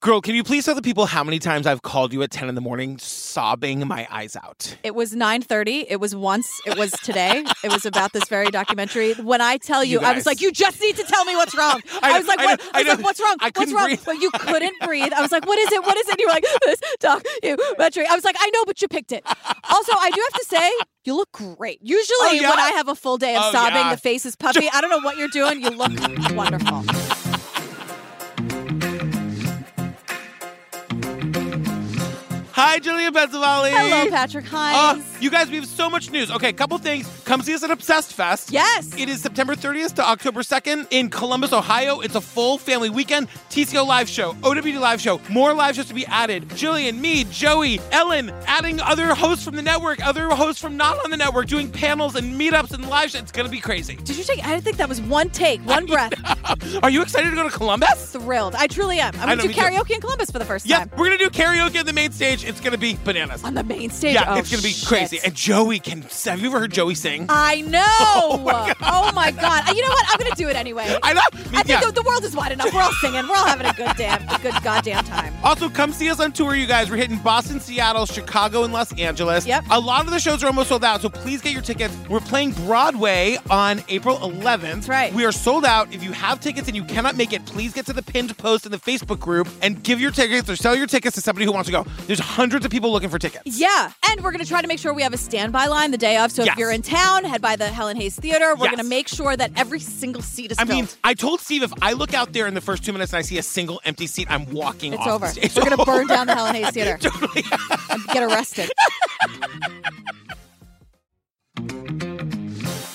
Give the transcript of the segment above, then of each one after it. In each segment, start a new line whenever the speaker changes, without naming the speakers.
Girl, can you please tell the people how many times I've called you at 10 in the morning sobbing my eyes out?
It was 9:30. It was once. It was today. it was about this very documentary. When I tell you,
You
I was
guys.
like, "You just need to tell me what's wrong." I,
know,
was like,
I
"What?"
know,
I
I
was like,
know.
"What's wrong?"
I
what's
couldn't
wrong?
breathe.
But you couldn't breathe. I was like, "What is it? What is it?" And you were like, "This documentary." I was like, "I know, but you picked it." Also, I do have to say, you look great. Usually,
Oh, yeah?
when I have a full day of
Oh,
sobbing,
yeah.
the face is puffy. I don't know what you're doing. You look wonderful.
Hi, Julia Bezavali.
Hello, Patrick
Uh,
Hines.
you guys, we have so much news. Okay, couple things. Come see us at Obsessed Fest.
Yes.
It is September 30th to October 2nd in Columbus, Ohio. It's a full family weekend. TCO live show, OWD live show, more live shows to be added. Jillian, me, Joey, Ellen, adding other hosts from the network, other hosts from not on the network, doing panels and meetups and live shows. It's going to be crazy.
Did you take? I think that was one take, one breath.
Are you excited to go to Columbus?
Thrilled. I truly am. I'm
I
going
know,
to do
me too.
karaoke in Columbus for the first
Yes,
time.
we're going to do karaoke on the main stage. It's going to be bananas.
On the main stage.
Yeah,
Oh,
it's going to be
shit. Uh,
crazy. And Joey can, have you ever heard Joey sing?
I know. Oh my, god. You know what? I'm going to do it anyway.
I know.
I think
Yeah.
the, the world is wide enough. We're all singing. We're all having a good damn, a good goddamn time.
Also, come see us on tour, you guys. We're hitting Boston, Seattle, Chicago, and Los Angeles.
Yep.
A lot of the shows are almost sold out, so please get your tickets. We're playing Broadway on April 11th. That's
right.
We are sold out. If you have tickets and you cannot make it, please get to the pinned post in the Facebook group and give your tickets or sell your tickets to somebody who wants to go. There's hundreds of people looking for tickets.
Yeah, and we're going to try to make sure we have a standby line the day of. So if
Yes.
you're in town, head by the Helen Hayes Theater. We're
Yes.
going to make sure that every single seat is
I
filled.
mean, I told Steve if I look out there in the first two minutes and I see a single empty seat, I'm walking
it's
off. the
over.
stage. It's
we're going to burn
over.
down the Helen Hayes Theater. and get arrested.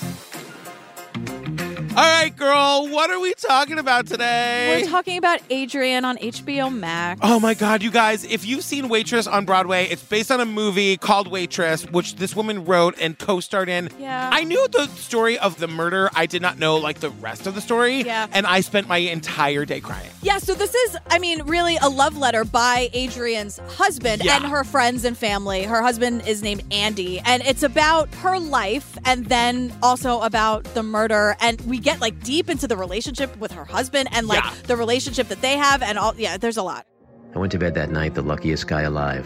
All right, girl, what are we talking about today?
We're talking about Adrian on HBO Max.
Oh my God, you guys, if you've seen Waitress on Broadway, it's based on a movie called Waitress, which this woman wrote and co starred in.
Yeah.
I knew the story of the murder. I did not know, like, the rest of the story.
Yeah.
And I spent my entire day crying.
Yeah, so this is, I mean, really a love letter by Adrian's husband
Yeah.
and her friends and family. Her husband is named Andy, and it's about her life and then also about the murder. And we get like deep into the relationship with her husband and like
Yeah.
the relationship that they have, and all, yeah, there's a lot.
I went to bed that night the luckiest guy alive.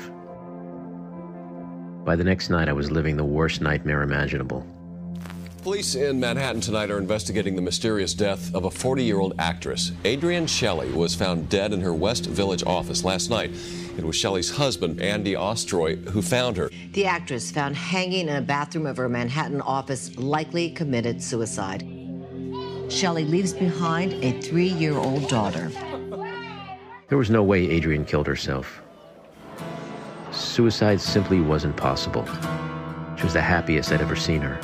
By the next night, I was living the worst nightmare imaginable.
Police in Manhattan tonight are investigating the mysterious death of a 40 year old actress. Adrienne Shelley was found dead in her West Village office last night. It was Shelley's husband, Andy Ostroy, who found her.
The actress found hanging in a bathroom of her Manhattan office likely committed suicide. Shelley leaves behind a three year old daughter.
There was no way Adrian killed herself. Suicide simply wasn't possible. She was the happiest I'd ever seen her.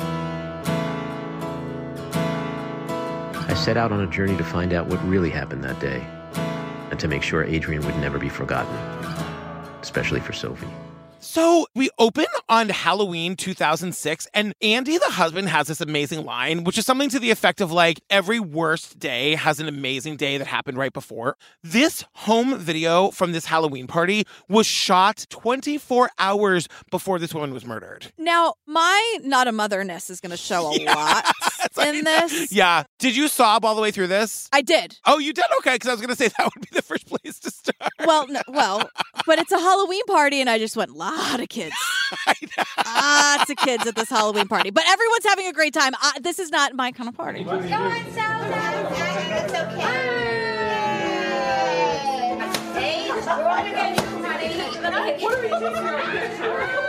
I set out on a journey to find out what really happened that day and to make sure Adrian would never be forgotten, especially for Sophie.
So we open on Halloween 2006, and Andy, the husband, has this amazing line, which is something to the effect of like, every worst day has an amazing day that happened right before. This home video from this Halloween party was shot 24 hours before this woman was murdered.
Now, my not a motherness is going to show a lot in this.
Yeah. Did you sob all the way through this?
I did.
Oh, you did? Okay, because I was going to say that would be the first place to start.
Well, no, well, but it's a Halloween party, and I just went lot of kids, lots of kids at this Halloween party. But everyone's having a great time. I, this is not my kind of party.
Go on, Sal. Sal. Sal, It's okay. Hey, we're all gonna get you money. What are we doing?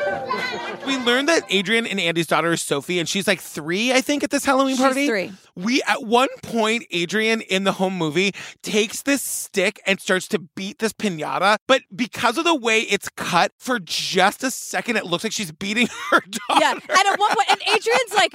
We learned that Adrian and Andy's daughter is Sophie, and she's like three, I think, at this Halloween
She's
party.
three.
We at one point, Adrian in the home movie takes this stick and starts to beat this pinata, but because of the way it's cut, for just a second, it looks like she's beating her daughter.
Yeah, and at one point, and Adrian's like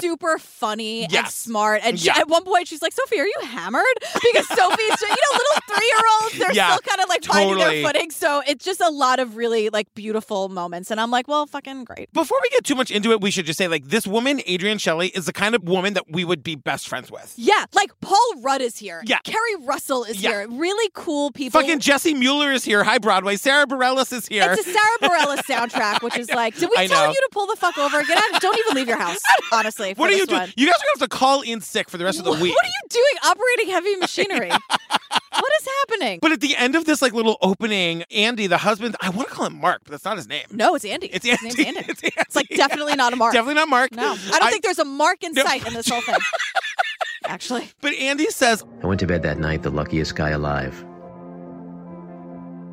super funny and
Yes.
smart, and she,
Yeah.
at one point she's like, "Sophie, are you hammered?" Because Sophie's, you know, little three-year-olds, they're
Yeah,
still kind of like finding
totally.
their footing. So it's just a lot of really like beautiful moments, and I'm like, "Well, fucking great."
Before we get too much into it, we should just say like this woman, Adrian Shelley, is the kind of woman that we would be best friends with.
Yeah, like Paul Rudd is here.
Yeah.
Kerry Russell is
Yeah.
here. Really cool people.
Fucking Jesse Mueller is here. Hi, Broadway. Sarah Bareilles is here.
It's a Sarah Bareilles soundtrack, which is like, did we
I
tell
know.
you to pull the fuck over? Get out! Don't even leave your house, honestly. for
what are you
this
doing?
one.
You guys are gonna have to call in sick for the rest of the
What are
week.
you doing operating heavy machinery? What is happening?
But at the end of this like little opening, Andy, the husband, I want to call him Mark, but that's not his name.
no, it's Andy.
It's
His
Andy.
name's Andy.
It's Andy.
It's like definitely not a mark.
Definitely not Mark.
No, I don't think there's a mark in sight in this whole thing. Actually,
But Andy says,
I went to bed that night the luckiest guy alive.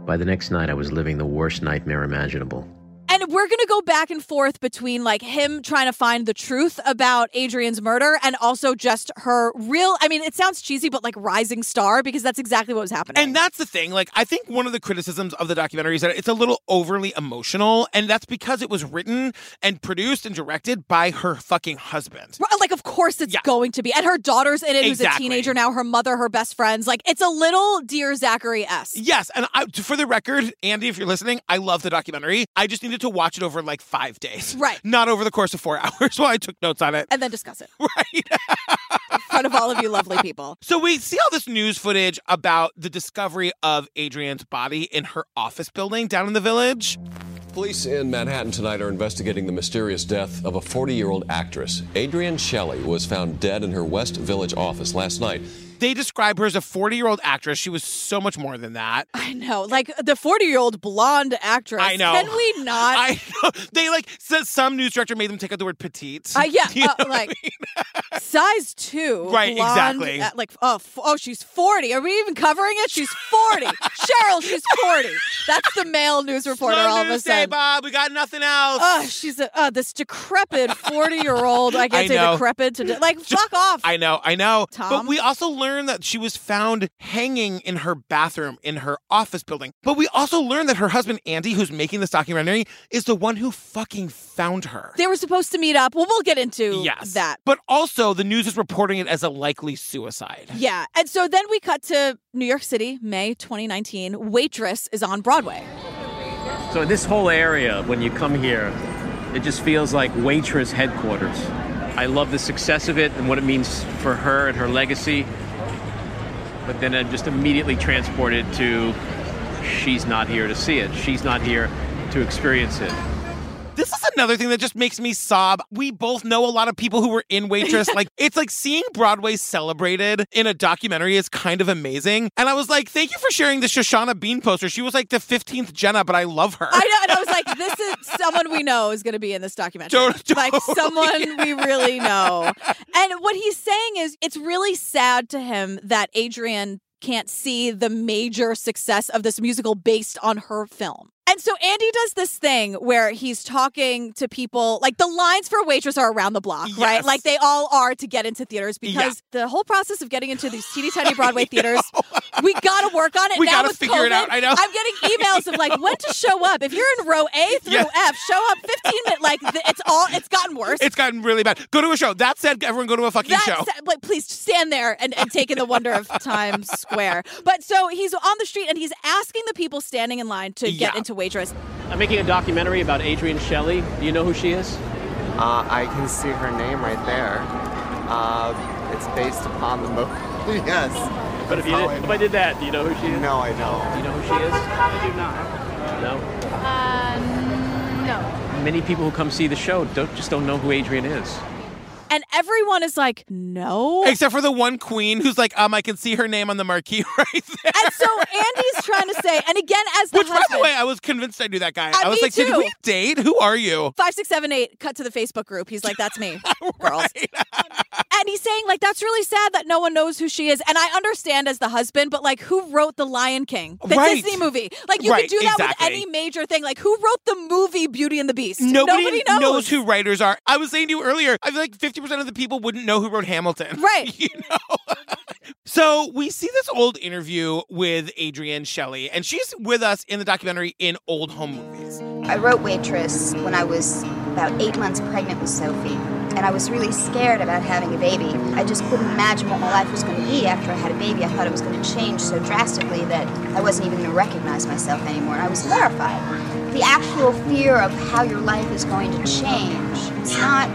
By the next night, I was living the worst nightmare imaginable.
and we're gonna go back and forth between like him trying to find the truth about Adrian's murder and also just her real. I mean, it sounds cheesy, but like rising star because that's exactly what was happening.
and that's the thing. Like, I think one of the criticisms of the documentary is that it's a little overly emotional, and that's because it was written and produced and directed by her fucking husband.
Right, Like, of course, it's
Yeah.
going to be. And her daughter's in it, who's a
Exactly.
teenager now, her mother, her best friends. Like, it's a little Dear Zachary esque.
Yes, and I, for the record, Andy, if you're listening, I love the documentary. I just needed to watch it over like five days,
Right.
Not over the course of four hours while I took notes on it.
And then discuss it
Right.
in front of all of you lovely people.
So we see all this news footage about the discovery of Adrian's body in her office building down in the village.
Police in Manhattan tonight are investigating the mysterious death of a 40 year old actress. Adrienne Shelley was found dead in her West Village office last night.
They describe her as a 40 year old actress. She was so much more than that.
I know. Like, the 40 year old blonde actress.
I know.
Can we not?
I know. They like said some news director made them take out the word petite.
Uh, yeah,
You know
uh, like size two,
Right,
blonde,
exactly.
uh, like oh, f- oh, she's forty. Are we even covering it? She's forty. Cheryl, she's forty. That's the male news reporter.
Slow
all of a
news day,
sudden,
Bob. We got nothing else.
oh, she's a, uh, this decrepit 40 year old. I can't
I
say
know.
decrepit to de- like, fuck off.
I know, I know.
Tom?
But we also learned that she was found hanging in her bathroom in her office building. But we also learned that her husband, Andy, who's making this documentary, is the one who fucking found her.
they were supposed to meet up. Well, we'll get into
yes.
that.
But also, the news is reporting it as a likely suicide.
Yeah. And so then we cut to New York City, May 2019. Waitress is on Broadway.
So this whole area, when you come here, it just feels like waitress headquarters. I love the success of it and what it means for her and her legacy. But then I'm just immediately transported to she's not here to see it. She's not here to experience it.
This is another thing that just makes me sob. We both know a lot of people who were in Waitress. like, it's like seeing Broadway celebrated in a documentary is kind of amazing. And I was like, thank you for sharing the Shoshana Bean poster. She was like the 15th Jenna, but I love her.
I know. And I was like, this is someone we know is going to be in this documentary.
Totally,
like someone we really know. And what he's saying is it's really sad to him that Adrian can't see the major success of this musical based on her film. And so Andy does this thing where he's talking to people like the lines for waitress are around the block, right?
Yes.
Like they all are to get into theaters because the whole process of getting into these teeny tiny Broadway theaters, we got to work on it
We
now
gotta
with
figure
COVID.
it out. I know.
I'm getting emails of like when to show up. If you're in row A through
Yeah.
F, show up 15 minutes. Like th- it's all it's gotten worse.
It's gotten really bad. Go to a show. That said, everyone go to a fucking
That
show.
sa- like, please stand there and, and take in the wonder of Times Square. But so he's on the street and he's asking the people standing in line to get
Yeah.
into waitress.
I'm making a documentary about Adrienne Shelley. Do you know who she is?
Uh, I can see her name right there. Uh, it's based upon the movie. yes.
But if, you did, if I did that, do you know who she is?
No, I don't.
Do you know who she is? I do not. Uh, No.
no.
Many people who come see the show don't, just don't know who Adrienne is.
And everyone is like, no.
Except for the one queen who's like, um, I can see her name on the marquee right there.
and so Andy's trying to say, and again, as the
Which, by
husband,
the way, I was convinced I knew that guy.
Uh,
I was
me
like,
too.
did we date? Who are you?
five, six, seven, eight, cut to the Facebook group. He's like, that's me, girls. and he's saying, like, that's really sad that no one knows who she is. And I understand as the husband, but like, who wrote The Lion King? The
Right.
Disney movie. Like, you
Right,
could do that
exactly.
with any major thing. Like, who wrote the movie Beauty and the Beast?
Nobody,
knows.
who writers are. I was saying to you earlier, I feel like 50% of the people wouldn't know who wrote Hamilton.
Right.
You know? so we see this old interview with Adrienne Shelley, and she's with us in the documentary in Old Home Movies.
I wrote Waitress when I was about eight months pregnant with Sophie, and I was really scared about having a baby. I just couldn't imagine what my life was going to be after I had a baby. I thought it was going to change so drastically that I wasn't even going to recognize myself anymore. I was terrified. The actual fear of how your life is going to change, it's not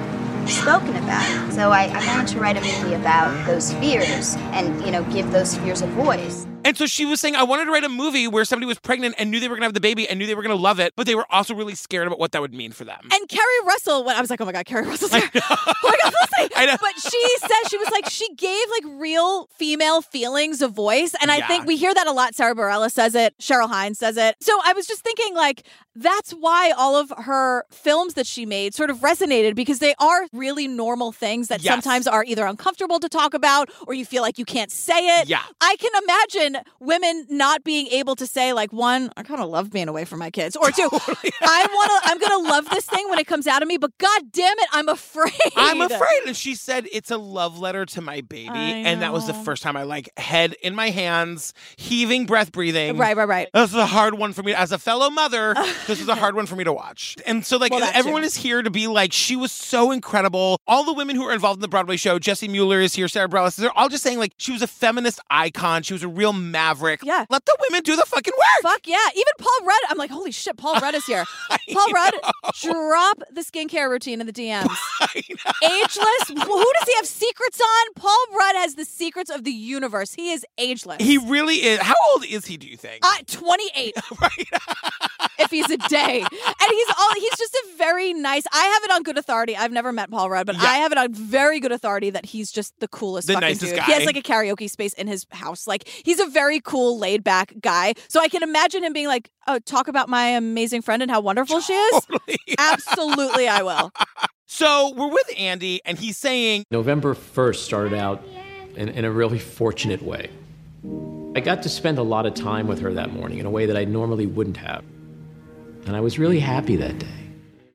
spoken about. So I, I wanted to write a movie about those fears and, you know, give those fears a voice.
And so she was saying, I wanted to write a movie where somebody was pregnant and knew they were going to have the baby and knew they were going to love it, but they were also really scared about what that would mean for them.
And Carrie Russell, when I was like, oh my God, Carrie Russell's here. oh my God, Felicity.
I know.
But she said, she was like, she gave like real female feelings a voice. And I
Yeah.
think we hear that a lot. Sarah Bareilles says it, Cheryl Hines says it. So I was just thinking, like, that's why all of her films that she made sort of resonated because they are really normal things that
Yes.
sometimes are either uncomfortable to talk about or you feel like you can't say it.
Yeah.
I can imagine women not being able to say like one, I kind of love being away from my kids, or two, I want to, I'm gonna love this thing when it comes out of me, but god damn it, I'm afraid.
I'm afraid. And she said, It's a love letter to my baby.
I
And that was the
know.
first time I like head in my hands, heaving, breath, breathing.
Right, right, right.
This is a hard one for me. As a fellow mother, this was a hard one for me to watch. And so, like,
Well, that
everyone
too.
is here to be like, she was so incredible. All the women who are involved in the Broadway show, Jesse Mueller is here, Sarah Bareilles, they're all just saying, like, she was a feminist icon. She was a real maverick.
Yeah.
Let the women do the fucking work.
Fuck yeah. Even Paul Rudd, I'm like, holy shit, Paul Rudd is here. Paul Rudd, drop the skincare routine in the DMs. ageless. Who does he have secrets on? Paul Rudd has the secrets of the universe. He is ageless.
He really is. How old is he, do you think?
Uh, 28 if he's a day and he's all he's just a very nice i have it on good authority i've never met paul rudd but
Yeah.
i have it on very good authority that he's just the coolest
The
fucking
nicest
dude
guy.
he has like a karaoke space in his house like he's a very cool laid back guy so i can imagine him being like oh talk about my amazing friend and how wonderful she is absolutely i will
so, we're with Andy, and he's saying,
November 1st started out in, in a really fortunate way. I got to spend a lot of time with her that morning in a way that I normally wouldn't have. And I was really happy that day.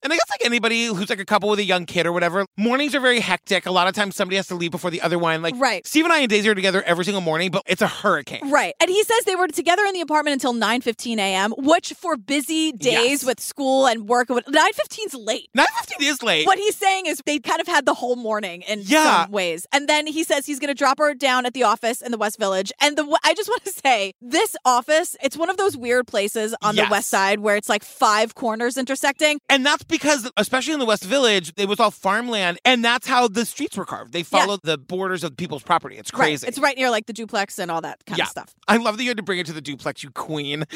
And I guess like anybody who's like a couple with a young kid or whatever, mornings are very hectic. A lot of times somebody has to leave before the other one. Like
Right.
Steve and I and Daisy are together every single morning, but it's a hurricane.
right and he says they were together in the apartment until 9.15 a.m which for busy days
Yes.
with school and work 9.15 is late
Nine fifteen is late.
what he's saying is they kind of had the whole morning in
Yeah.
some ways. And then he says he's going to drop her down at the office in the West Village. And the I just want to say this office, it's one of those weird places on
Yes.
the West Side where it's like five corners intersecting.
And that's because, especially in the West Village, it was all farmland, and that's how the streets were carved. They followed the borders of people's property. It's
Right.
crazy.
It's right near like the duplex and all that kind
Yeah.
of stuff.
I love that you had to bring it to the duplex, you queen.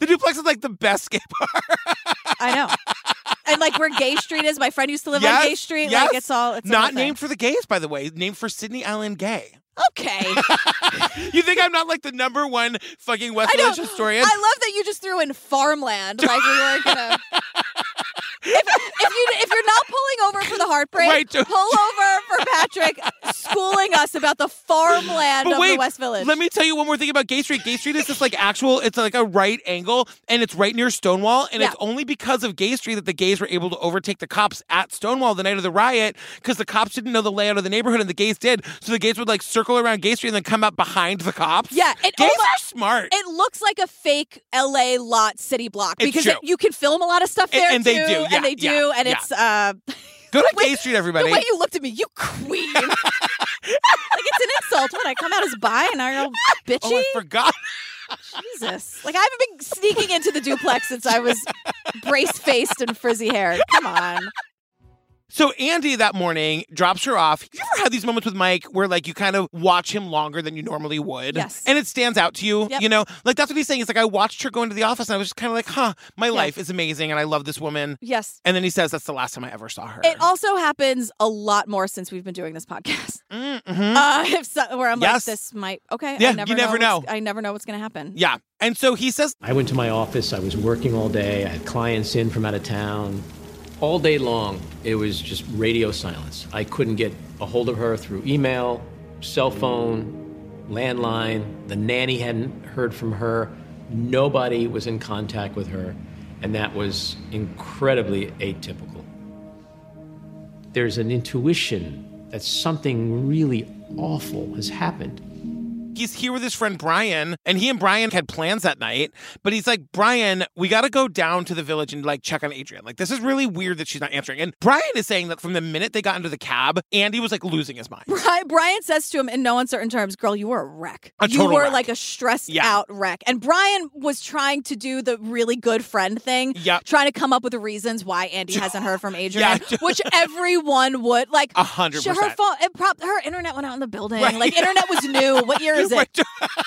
the duplex is like the best skate park.
I know. and like where Gay Street is, my friend used to live
Yes,
on Gay Street.
yes.
Like it's all it's a whole
Not
thing.
named for the gays, by the way. Named for Sydney Allen Gay.
Okay.
You think I'm not like the number one fucking West
I know.
Village historian?
I love that you just threw in farmland, like we were gonna. if, if you if you're not pulling over for the heartbreak,
Wait, don't-
pull over for Patrick schooling us about the farmland of the West Village.
Let me tell you one more thing about Gay Street. Gay Street is this like actual, it's like a right angle and it's right near Stonewall. And it's
Yeah.
only because of Gay Street that the gays were able to overtake the cops at Stonewall the night of the riot because the cops didn't know the layout of the neighborhood and the gays did. So the gays would like circle around Gay Street and then come up behind the cops.
Yeah, it
Gays
almo-
are smart.
It looks like a fake LA lot city block
It's
because
true.
it- you can film a lot of stuff
And-
there
and they
too,
do. Yeah,
and they do,
yeah,
and
yeah.
it's uh,
Go to
wait,
Gay Street,
the
everybody.
way you looked at me, you queen. like it's an insult when I come out as bi and I'm all bitchy.
oh, I forgot.
Jesus. Like I haven't been sneaking into the duplex since I was brace faced and frizzy haired. Come on.
So Andy that morning drops her off. Have you ever had these moments with Mike where like you kind of watch him longer than you normally would?
Yes.
And it stands out to you.
Yep.
You know? Like that's what he's saying. It's like I watched her go into the office and I was just kind of like, huh, my life is amazing and I love this woman.
Yes.
And then he says that's the last time I ever saw her.
It also happens a lot more since we've been doing this podcast.
Mhm.
Uh, if so, where I'm
Yes.
like, this might okay.
Yeah,
I never
you never
know.
know.
what's- I never know what's gonna happen.
yeah. And so he says,
I went to my office. I was working all day. I had clients in from out of town. All day long, it was just radio silence. I couldn't get a hold of her through email, cell phone, landline. The nanny hadn't heard from her. Nobody was in contact with her. And that was incredibly atypical. There's an intuition that something really awful has happened.
he's here with his friend Brian, and he and Brian had plans that night. But he's like, Brian, we got to go down to the village and like check on Adrian. Like, this is really weird that she's not answering. And Brian is saying that from the minute they got into the cab, Andy was like losing his mind.
Bri- Brian says to him in no uncertain terms, "Girl, you were a wreck.
A
you
total
were
wreck.
like a stressed
Yeah.
out wreck." And Brian was trying to do the really good friend thing,
Yep.
trying to come up with the reasons why Andy hasn't heard from Adrian,
Yeah.
which everyone would like.
A hundred
she- Her
percent.
phone, it prob- her internet went out in the building.
Right.
Like internet was new. What year was it?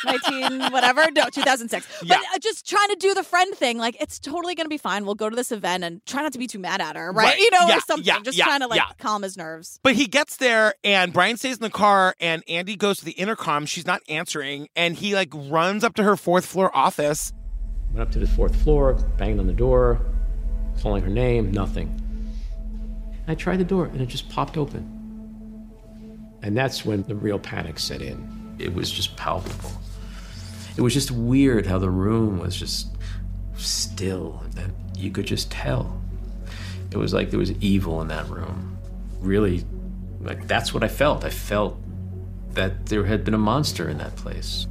19 whatever no 2006
Yeah.
but uh, just trying to do the friend thing like it's totally gonna be fine we'll go to this event and try not to be too mad at her right,
Right.
you know
Yeah,
or something
yeah,
just
yeah,
trying to like
yeah.
calm his nerves
But he gets there and Brian stays in the car and Andy goes to the intercom. She's not answering. And he like runs up to her fourth floor office.
Went up to the fourth floor, banged on the door, calling her name, nothing. I tried the door and it just popped open. And that's when the real panic set in. It was just palpable. It was just weird how the room was just still, and you could just tell. It was like there was evil in that room. Really, like that's what I felt. I felt that there had been a monster in that place.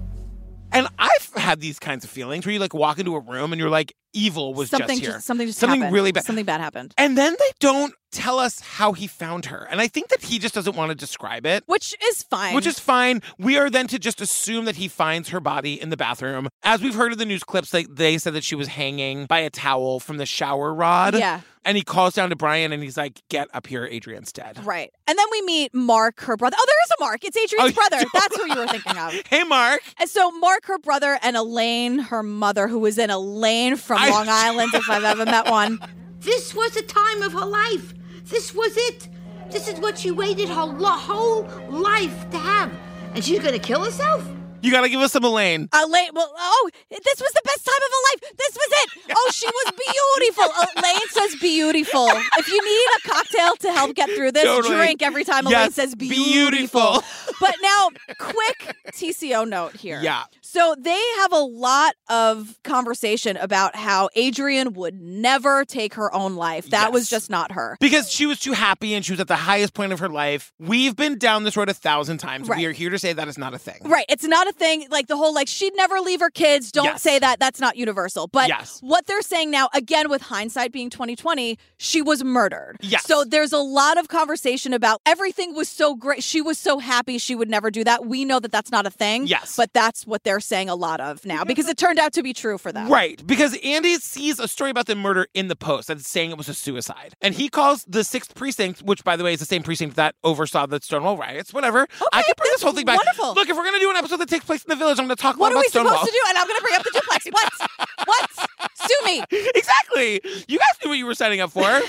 And I've had these kinds of feelings where you like walk into a room and you're like, evil was
something
just here.
something just
something
happened.
really bad.
something bad happened
And then they don't tell us how he found her. And I think that he just doesn't want to describe it.
which is fine
Which is fine. We are then to just assume that he finds her body in the bathroom. As we've heard in the news clips, like they said that she was hanging by a towel from the shower rod.
Yeah.
And he calls down to Brian and he's like, Get up here, Adrian's dead.
right and then we meet mark her brother oh there is a mark it's adrian's
Oh,
brother
you're
that's who you were thinking of
Hey Mark.
And so Mark, her brother, and Elaine, her mother, who was in Elaine from
I-
Long Island, if I've ever met one.
This was the time of her life. This was it. This is what she waited her lo- whole life to have. And she's gonna kill herself?
You gotta give us some Elaine.
Elaine, well, oh, this was the best time of her life. This was it. Oh, she was beautiful. Elaine says beautiful. If you need a cocktail to help get through this,
Totally.
drink every time Elaine
Yes,
says beautiful.
beautiful.
but now, quick TCO note here.
Yeah.
So they have a lot of conversation about how Adrian would never take her own life. That was
Yes.
just not her.
Because she was too happy and she was at the highest point of her life. We've been down this road a thousand times.
Right.
We are here to say that is not a thing.
Right. It's not a thing. Like the whole, like, she'd never leave her kids. Don't
Yes.
say that. That's not universal. But
Yes.
what they're saying now, again, with hindsight being 2020, she was murdered.
Yes.
So there's a lot of conversation about everything was so great. She was so happy she would never do that. We know that that's not a thing.
Yes.
But that's what they're saying a lot of now because it turned out to be true for them.
Right, because Andy sees a story about the murder in the Post that's saying it was a suicide. And he calls the 6th Precinct, which, by the way, is the same precinct that oversaw the Stonewall riots, whatever. I can bring this
that's
whole thing back.
wonderful.
Look, if we're going to do an episode that takes place in the village, I'm going to talk more
What are
about
we
Stonewall.
supposed to do? And I'm going to bring up the duplex. What? what? Sue me.
Exactly. You guys knew what you were signing up for.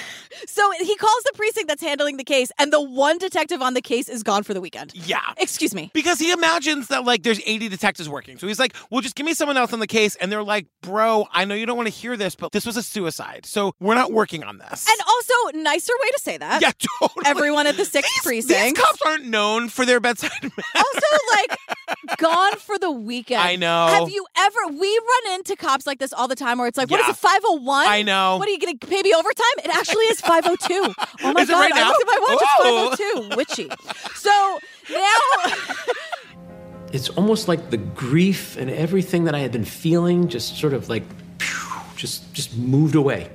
So he calls the precinct that's handling the case, and the one detective on the case is gone for the weekend.
yeah.
Excuse me.
Because he imagines that like there's 80 detectives working. So he's like, well, just give me someone else on the case. And they're like, bro, I know you don't want to hear this, but this was a suicide. So we're not working on this.
And also, nicer way to say that.
yeah, totally.
Everyone at the sixth
These- These
precinct.
cops aren't known for their bedside manner.
also, like, gone for the weekend.
I know.
Have you ever? We run into cops like this all the time, where it's like, what is
Yeah.
it, five hundred one?
I know.
What are you going to pay me overtime? It actually is five hundred two. Oh my
Is it
god!
right
I
now? Oh.
looked at my watch.
Whoa.
It's five hundred two. Witchy. So now,
it's almost like the grief and everything that I had been feeling just sort of like phew, just just moved away.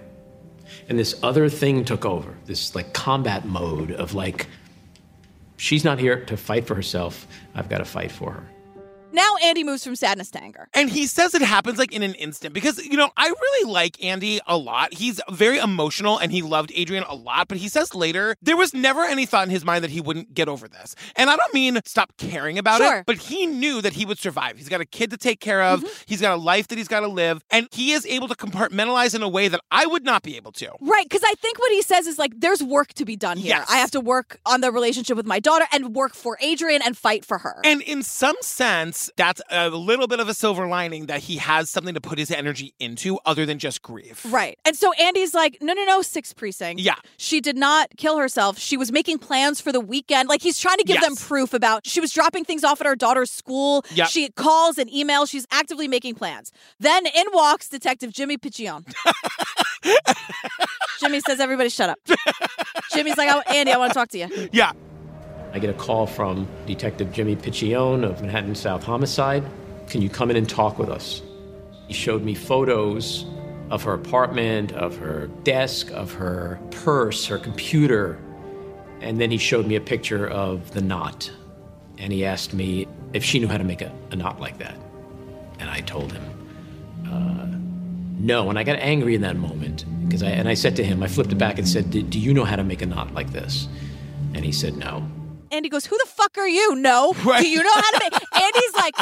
And this other thing took over, this like combat mode of like she's not here to fight for herself, I've got to fight for her.
now Andy moves from sadness to anger.
And he says it happens like in an instant because, you know, I really like Andy a lot. He's very emotional and he loved Adrian a lot. But he says later, there was never any thought in his mind that he wouldn't get over this. And I don't mean stop caring about
Sure. Mm-hmm.
it, but he knew that he would survive. He's got a kid to take care of, he's got a life that he's got to live. And he is able to compartmentalize in a way that I would not be able to.
Right, because I think what he says is like, there's work to be done here.
Yes.
I have to work on the relationship with my daughter and work for Adrian and fight for her.
And in some sense, that's a little bit of a silver lining that he has something to put his energy into other than just grief.
right. And so Andy's like, no, no, no, sixth precinct.
Yeah.
She did not kill herself. She was making plans for the weekend. Like he's trying to give them
Yes.
proof about she was dropping things off at her daughter's school.
Yep.
She calls and emails. She's actively making plans. Then in walks Detective Jimmy Piccione. Jimmy says, everybody shut up. Jimmy's like, oh, Andy, I want to talk to you.
Yeah.
I get a call from Detective Jimmy Piccione of Manhattan South Homicide. Can you come in and talk with us? He showed me photos of her apartment, of her desk, of her purse, her computer, and then he showed me a picture of the knot. And he asked me if she knew how to make a, a knot like that. And I told him, uh, no, and I got angry in that moment because I and I said to him, I flipped it back and said, "Do do you know how to make a knot like this?" And he said, "No."
Andy goes, Who the fuck are you? No.
Right.
Do you know how to make Andy's like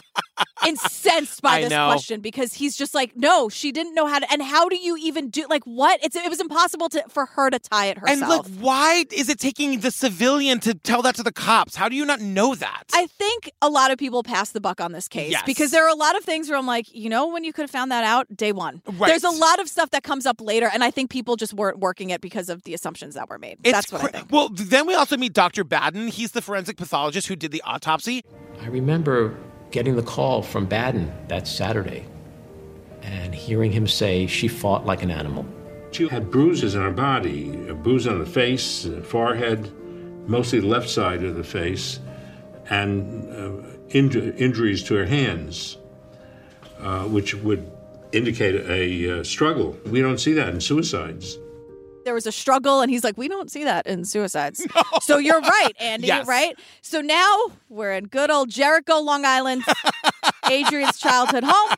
incensed by
I
this
know.
question because he's just like, No, she didn't know how to and how do you even do like what? It's it was impossible to for her to tie it herself.
And look, why is it taking the civilian to tell that to the cops? How do you not know that?
I think a lot of people pass the buck on this case
Yes.
because there are a lot of things where I'm like, you know, when you could have found that out day one.
Right.
There's a lot of stuff that comes up later, and I think people just weren't working it because of the assumptions that were made.
It's
That's what
cra-
I think.
Well, then we also meet Dr. Baden. He's the forensic pathologist who did the autopsy.
I remember getting the call from Baden that Saturday and hearing him say she fought like an animal.
She had bruises on her body, a bruise on the face, uh, forehead, mostly left side of the face, and uh, inju- injuries to her hands, uh, which would indicate a uh, struggle. We don't see that in suicides.
There was a struggle, and he's like, we don't see that in suicides. So you're right, Andy,
Yes.
right? So now we're in good old Jericho, Long Island, Adrian's childhood home.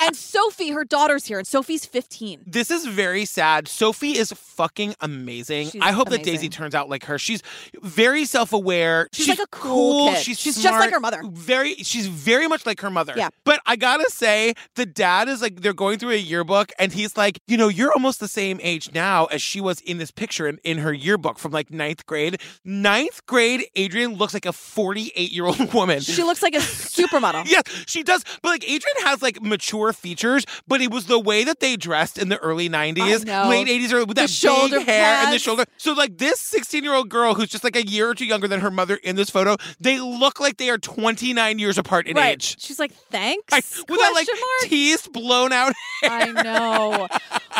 And Sophie, her daughter's here, and Sophie's 15.
This is very sad. Sophie is fucking amazing.
She's
I hope that
amazing.
Daisy turns out like her. She's very self-aware.
She's like a cool kid.
She's,
She's just like
smart.
her mother.
Very she's very much like her mother.
Yeah.
But I got to say the dad is like they're going through a yearbook and he's like, "You know, you're almost the same age now as she was in this picture in, in her yearbook from like ninth grade." Ninth grade Adrian looks like a 48-year-old woman.
She looks like a supermodel.
Yes, she does. But like Adrian has like mature features, but it was the way that they dressed in the early nineties,
know.
late eighties, or with that
shoulder
big hair and the
pads.
shoulder. So like this sixteen-year-old girl who's just like a year or two younger than her mother in this photo, they look like they are twenty-nine years apart in
right.
age.
She's like, thanks?
I, with that like
Question mark?
teased, blown out.
I know.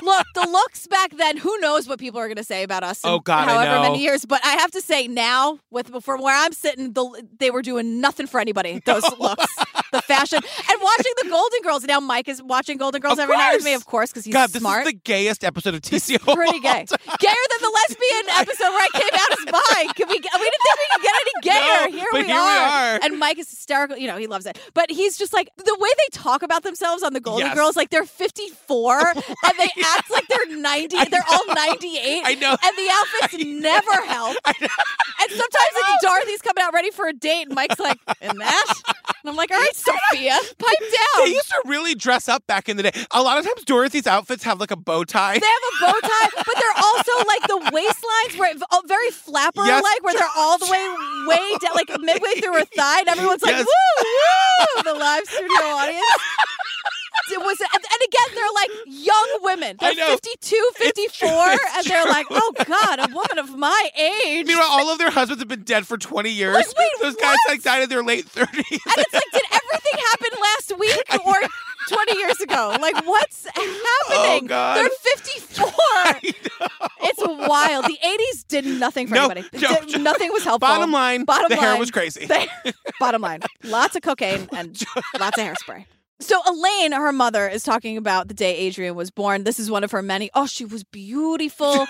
Look, the looks back then, who knows what people are going to say about us in
Oh, God, I
however
know.
many years. But I have to say now, with from where I'm sitting, the, they were doing nothing for anybody, those looks, the fashion. And watching the Golden Girls, now Mike is watching Golden Girls
Of
every night with
course.
me, of course, because he's
God, this
smart.
is the gayest episode of TCO. of
Pretty
all
gay.
time.
Gayer than the lesbian episode where I came out as bi. Can we, we didn't think we could get any gayer.
No,
here
but
we
here we
are.
are.
And Mike is hysterical. You know, he loves it. But he's just like, the way they talk about themselves on The Golden
Yes. Oh
Girls, like they're 54 and they act like they're 90. They're all 98.
I know.
And the outfits never help. And sometimes like Dorothy's coming out ready for a date and Mike's like, and that? And I'm like, all right, Sophia, pipe down.
They used to really dress up back in the day. A lot of times, Dorothy's outfits have like a bow tie.
They have a bow tie, but they're also like the waistlines where all very flapper
Yes,
like, where they're all the way way down, like midway through her thigh, and everyone's like,
Yes.
"Woo, woo!" The live studio audience. It was, and, and again, they're like young women.
I
They're
know.
52, 54,
it's
and they're
true.
like, "Oh God, a woman of my age."
Meanwhile, all of their husbands have been dead for 20 years.
Like, wait,
Those guys
what?
like died in their late 30s.
And it's like, did everything happen last week or 20 years ago? Like, what's happening?
Oh, God.
They're 54. It's wild. The 80s did nothing for
No,
anybody. It
no,
did-
just-
nothing was helpful.
Bottom line,
bottom
the
line,
hair was crazy.
the- bottom line, lots of cocaine and lots of hairspray. So Elaine, her mother, is talking about the day Adrian was born. This is one of her many. Oh, she was beautiful.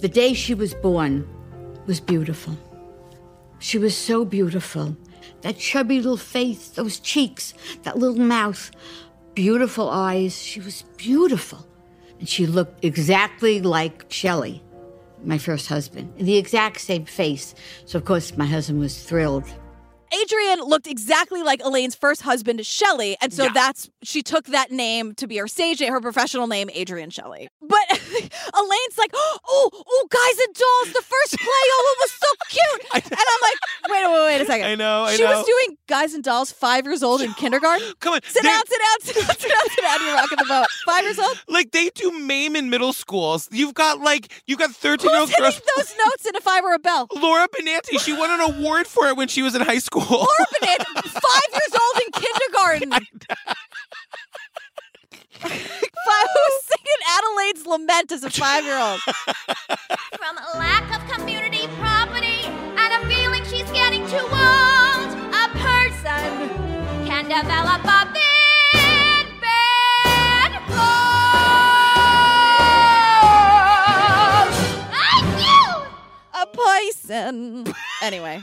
The day she was born was beautiful. She was so beautiful. That chubby little face, those cheeks, that little mouth, beautiful eyes. She was beautiful. And she looked exactly like Shelley, my first husband, the exact same face. So, of course, my husband was thrilled.
Adrian looked exactly like Elaine's first husband, Shelley, and so
Yeah.
that's she took that name to be her stage name, her professional name, Adrian Shelley. But Elaine's like, oh, oh, guys and dolls, the first play, oh, it was so cute, and I'm like, wait, wait, wait a second.
I know, I
she
know.
was doing guys and dolls five years old in kindergarten.
Come on.
Sit
They're-
down, sit down, sit down, sit down, sit down. You're rocking the boat. Five years old.
Like they do MAME in middle schools. You've got like, you've got 13 year
Who's
old
hitting
girls.
those notes? And if I were a bell.
Laura Benanti, she won an award for it when she was in high school.
orphanage, five years old in kindergarten. Five, who's singing Adelaide's Lament as a five year old?
From a lack of community property and a feeling she's getting too old, a person can develop a big, bad hole. I knew
A poison. Anyway,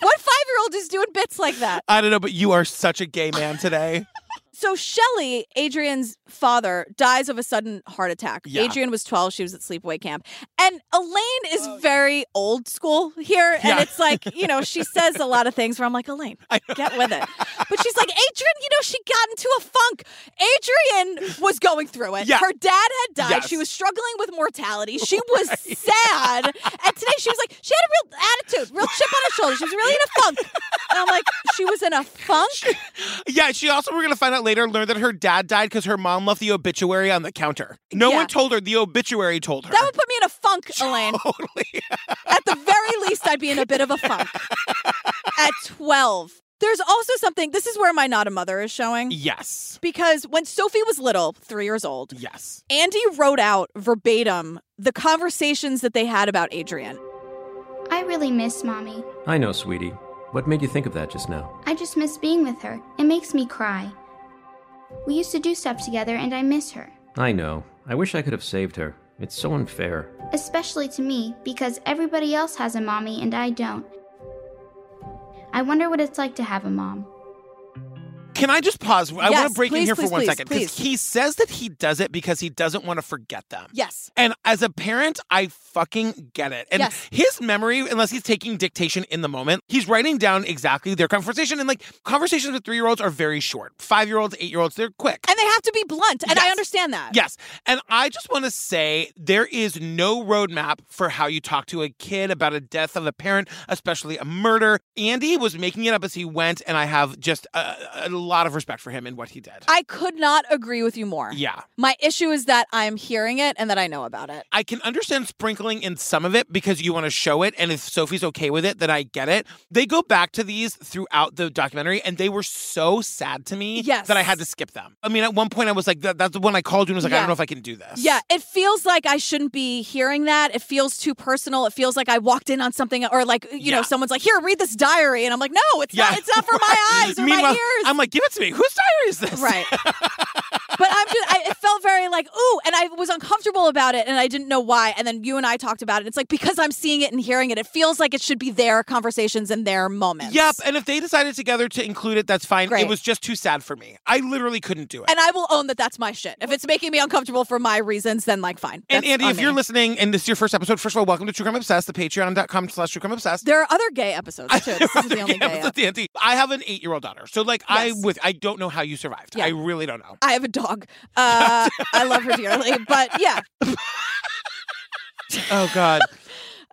what five year old is doing bits like that?
I don't know, but you are such a gay man today.
So Shelly, Adrian's father, dies of a sudden heart attack.
Yeah.
Adrian was 12, she was at sleepaway camp. And Elaine is very old school here. And
Yeah.
it's like, you know, she says a lot of things where I'm like, Elaine, get with it. But she's like, Adrian, you know, she got into a funk. Adrian was going through it.
Yeah.
Her dad had died.
Yes.
She was struggling with mortality. She was sad. And today she was like, she had a real attitude, real chip on her shoulder. She was really in a funk. And I'm like, she was in a funk?
Yeah, she also, we're going to find out later, learned that her dad died because her mom left the obituary on the counter. No
Yeah.
one told her, the obituary told her.
That would put me in a funk, Elaine. At the very least, I'd be in a bit of a funk. At 12. There's also something, this is where my not a mother is showing.
yes.
Because when Sophie was little, three years old,
Yes.
Andy wrote out verbatim the conversations that they had about Adrian.
I really miss Mommy.
I know, sweetie. What made you think of that just now?
I just miss being with her. It makes me cry. We used to do stuff together, and I miss her.
I know. I wish I could have saved her. It's so unfair.
Especially to me, because everybody else has a mommy and I don't. I wonder what it's like to have a mom.
Can I just pause? I want
Yes,
to break in
please,
here for
please,
one
please,
second
please.
he says that he does it because he doesn't want to forget them.
Yes.
And as a parent, I fucking get it. And
Yes.
his memory, unless he's taking dictation in the moment, he's writing down exactly their conversation. And like conversations with three year olds are very short. Five year olds, eight year olds, they're quick.
And they have to be blunt. And I
Yes.
understand that.
Yes. And I just want to say there is no roadmap for how you talk to a kid about a death of a parent, especially a murder. Andy was making it up as he went, and I have just a, a lot of respect for him and what he did.
I could not agree with you more.
yeah.
My issue is that I'm hearing it and that I know about it.
I can understand sprinkling in some of it because you want to show it. And if Sophie's okay with it, then I get it. They go back to these throughout the documentary, and they were so sad to me
Yes.
that I had to skip them. I mean, at one point, I was like, that, that's the one I called you and was like, I
Yeah.
don't know if I can do this.
Yeah, it feels like I shouldn't be hearing that. It feels too personal. It feels like I walked in on something, or like you know,
Yeah.
someone's like, "Here, read this diary," and I'm like, "No, it's
Yeah.
not. It's not for my eyes or
Meanwhile,
my ears."
I'm like, give it to me. Whose diary is this?
right. but I'm just. I, it felt very like, ooh, and I was uncomfortable about it, and I didn't know why. And then you and I talked about it. It's like because I'm seeing it and hearing it, it feels like it should be their conversations and their moments.
Yep. And if they decided together to include it, that's fine.
Great.
It was just too sad for me. I literally couldn't do it.
And I will own that that's my shit. If it's making me uncomfortable for my reasons, then like fine.
And
That's
Andy,
on
if you're
me.
listening and this is your first episode, first of all, welcome to True Crime Obsessed, the patreon.com slash true crime obsessed.
there are other gay episodes too. This is the only
Yeah,
gay.
but the auntie- I have an eight-year-old daughter, so like I
Yes.
with I don't know how you survived.
Yeah.
I really don't know.
I have a dog. Uh, I love her dearly, but yeah.
Oh God!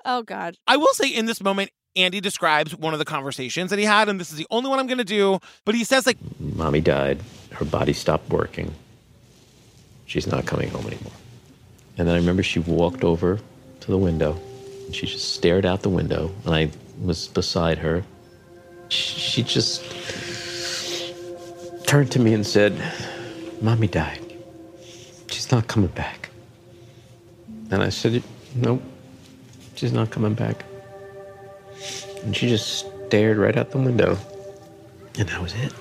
Oh God.
I will say in this moment, Andy describes one of the conversations that he had, and this is the only one I'm going to do. But he says like,
Mommy died. Her body stopped working. She's not coming home anymore. And then I remember she walked over to the window. And she just stared out the window, and I was beside her. Sh- She just turned to me and said, Mommy died. She's not coming back. And I said, Nope, she's not coming back. And she just stared right out the window. And that was it.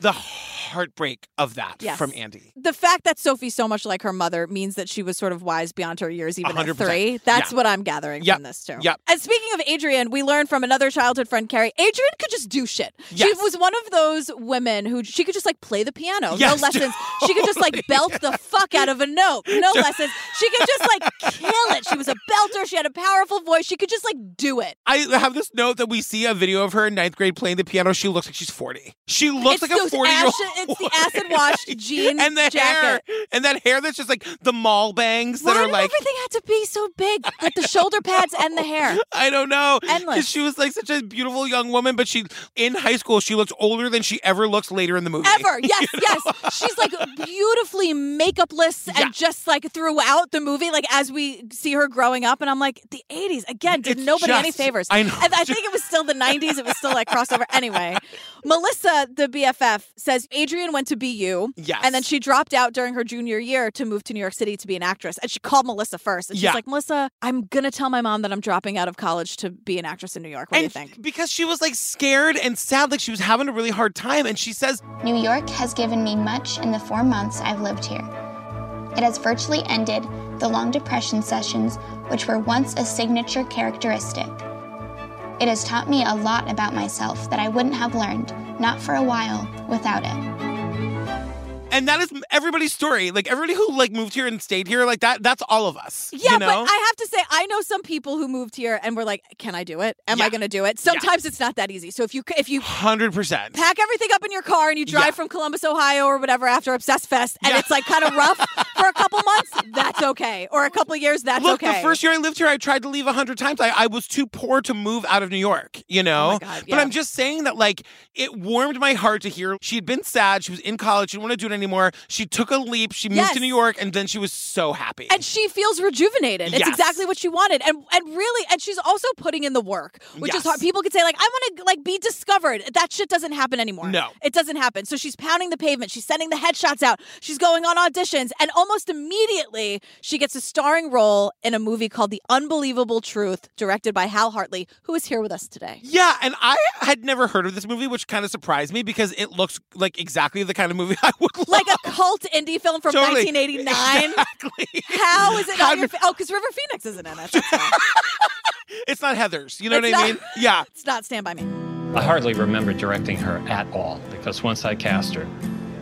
the heartbreak of that
Yes.
from Andy.
The fact that Sophie's so much like her mother means that she was sort of wise beyond her years, even at
100%.
three. That's
Yeah.
what I'm gathering
Yep.
from this too.
Yep.
And speaking of Adrian, we learned from another childhood friend, Carrie. Adrian could just do shit.
Yes.
She was one of those women who she could just like play the piano,
Yes,
no lessons. She could just like belt the fuck out of a note, no lessons. She could just like kill it. She was a belter. She had a powerful voice. She could just like do it.
I have this note that we see a video of her in ninth grade playing the piano. She looks like she's 40. She looks like a
those
40 year old.
acid- it's the acid washed jeans
and the
jacket.
hair, and that hair that's just like the mall bangs
Why
that are
did
like
everything had to be so big with the shoulder pads and the hair?
I don't know. 'Cause
Endless.
She was like such a beautiful young woman, but she in high school she looks older than she ever looks later in the movie.
Ever. Yes, yes. She's like beautifully makeupless
Yeah.
and just like throughout the movie, like as we see her growing up. And I'm like, the 80s, again, did
It's
nobody any
just-
favors.
I know.
And I think it was still the 90s. It was still like crossover. Anyway, Melissa, the BFF, says Adrian went to BU.
Yes.
And then she dropped out during her junior year to move to New York City to be an actress. And she called Melissa first. And she's
Yeah.
like, Melissa, I'm going to tell my mom that I'm dropping out of college to be an actress in New York. What do you
And
think?
because she was like scared and sad, like she was having a really hard time, and she says,
New York has given me much in the four months I've lived here. It has virtually ended the long depression sessions, which were once a signature characteristic. It has taught me a lot about myself that I wouldn't have learned, not for a while, without it.
And that is everybody's story. Like everybody who like moved here and stayed here, like that. That's all of us.
Yeah,
you know?
but I have to say, I know some people who moved here and were like, "Can I do it? Am I
Yeah.
going to do it?" Sometimes it's not that easy. So if you if you
hundred percent.
pack everything up in your car and you drive
Yeah.
from Columbus, Ohio, or whatever after Obsess Fest, and it's like kind of rough for a couple months, that's okay. Or a couple years, that's
Look,
okay.
the first year I lived here, I tried to leave a hundred times. I, I was too poor to move out of New York, you know?
Oh God, yeah.
But I'm just saying that, like, it warmed my heart to hear she had been sad. She was in college. She didn't want to do it anymore. She took a leap. She moved
Yes.
to New York, and then she was so happy.
and she feels rejuvenated. It's
Yes.
exactly what she wanted, and and really, and she's also putting in the work, which
Yes.
is hard. People could say like, "I want to like be discovered." That shit doesn't happen anymore.
No.
it doesn't happen. So she's pounding the pavement. She's sending the headshots out. She's going on auditions, and almost immediately she gets a starring role in a movie called The Unbelievable Truth, directed by Hal Hartley, who is here with us today.
yeah, and I had never heard of this movie, which kind of surprised me because it looks like exactly the kind of movie I would love.
Like a cult indie film from
Totally.
1989.
Exactly.
How is it not
How
your?
did-
Fa- oh, because River Phoenix isn't in it. That's why.
It's not Heather's. You know
It's
what I
not-
mean? Yeah.
It's not Stand by Me.
I hardly remember directing her at all because once I cast her,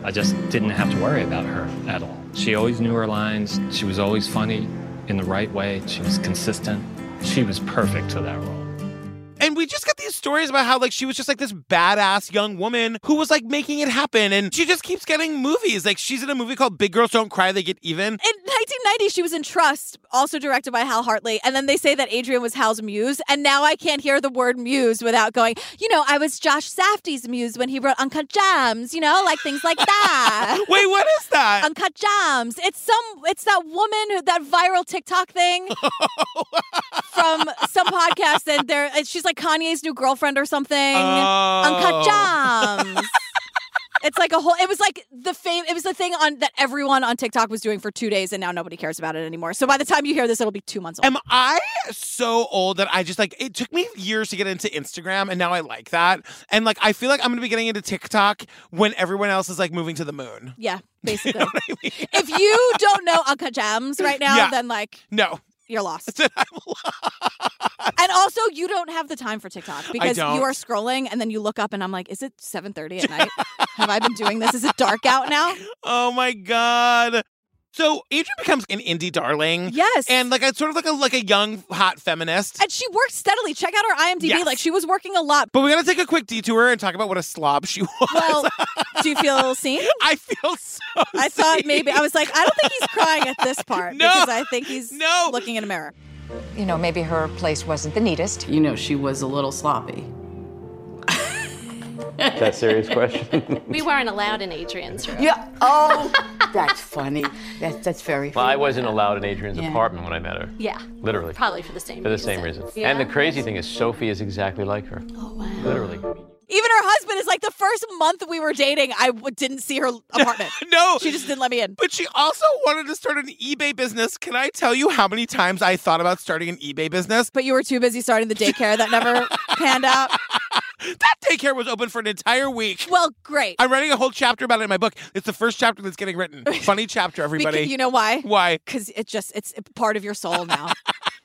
I just didn't have to worry about her at all. She always knew her lines. She was always funny in the right way. She was consistent. She was perfect to that role.
And we just get these stories about how like she was just like this badass young woman who was like making it happen and she just keeps getting movies. Like she's in a movie called Big Girls Don't Cry, They Get Even.
In 1990, she was in Trust, also directed by Hal Hartley. And then they say that Adrian was Hal's muse. And now I can't hear the word muse without going, you know, I was Josh Safdie's muse when he wrote Uncut Gems, you know, like things like that.
Wait, what is that?
Uncut Gems. It's some, it's that woman, who- that viral TikTok thing from some podcast. And there, she's like Kanye's new girlfriend or something.
Oh.
Uncut Gems. It's like a whole. It was like the fame. It was the thing on that everyone on TikTok was doing for two days, and now nobody cares about it anymore. So by the time you hear this, it'll be two months old.
Am I so old that I just like it took me years to get into Instagram and now I like that. And like I feel like I'm gonna be getting into TikTok when everyone else is like moving to the moon.
yeah, basically. if you don't know Uncut Gems right now,
Yeah.
then like
No.
you're lost. and also, you don't have the time for TikTok because you
don't.
are scrolling, and then you look up, and I'm like, is it 7:30 at night? Have I been doing this? Is it dark out now?
Oh my god. So Adrian becomes an indie darling.
Yes.
And like a sort of like a like a young hot feminist.
And she worked steadily. Check out her IMDb.
Yes.
Like she was working a lot.
But we gotta take a quick detour and talk about what a slob she was.
Well, do you feel seen?
I feel so.
I thought
seen.
maybe I was like, I don't think he's crying at this part
No.
because I think he's
No.
looking in a mirror.
You know, maybe her place wasn't the neatest.
You know, she was a little sloppy.
That serious question?
We weren't allowed in Adrian's room.
Yeah. Oh, that's funny. That's that's very
well,
funny.
I wasn't allowed in Adrian's
Yeah.
apartment when I met her.
Yeah.
Literally.
Probably for the same
For the
reason.
same reason.
Yeah.
And the crazy thing is, Sophie is exactly like her. Oh, wow. Literally.
Even her husband is like, the first month we were dating, I w- didn't see her apartment.
No.
she just didn't let me in.
But she also wanted to start an eBay business. Can I tell you how many times I thought about starting an eBay business?
But you were too busy starting the daycare that never panned out.
That daycare was open for an entire week.
Well, great.
I'm writing a whole chapter about it in my book. It's the first chapter that's getting written. Funny chapter, everybody.
Because you know why?
Why?
Because it just it's part of your soul now.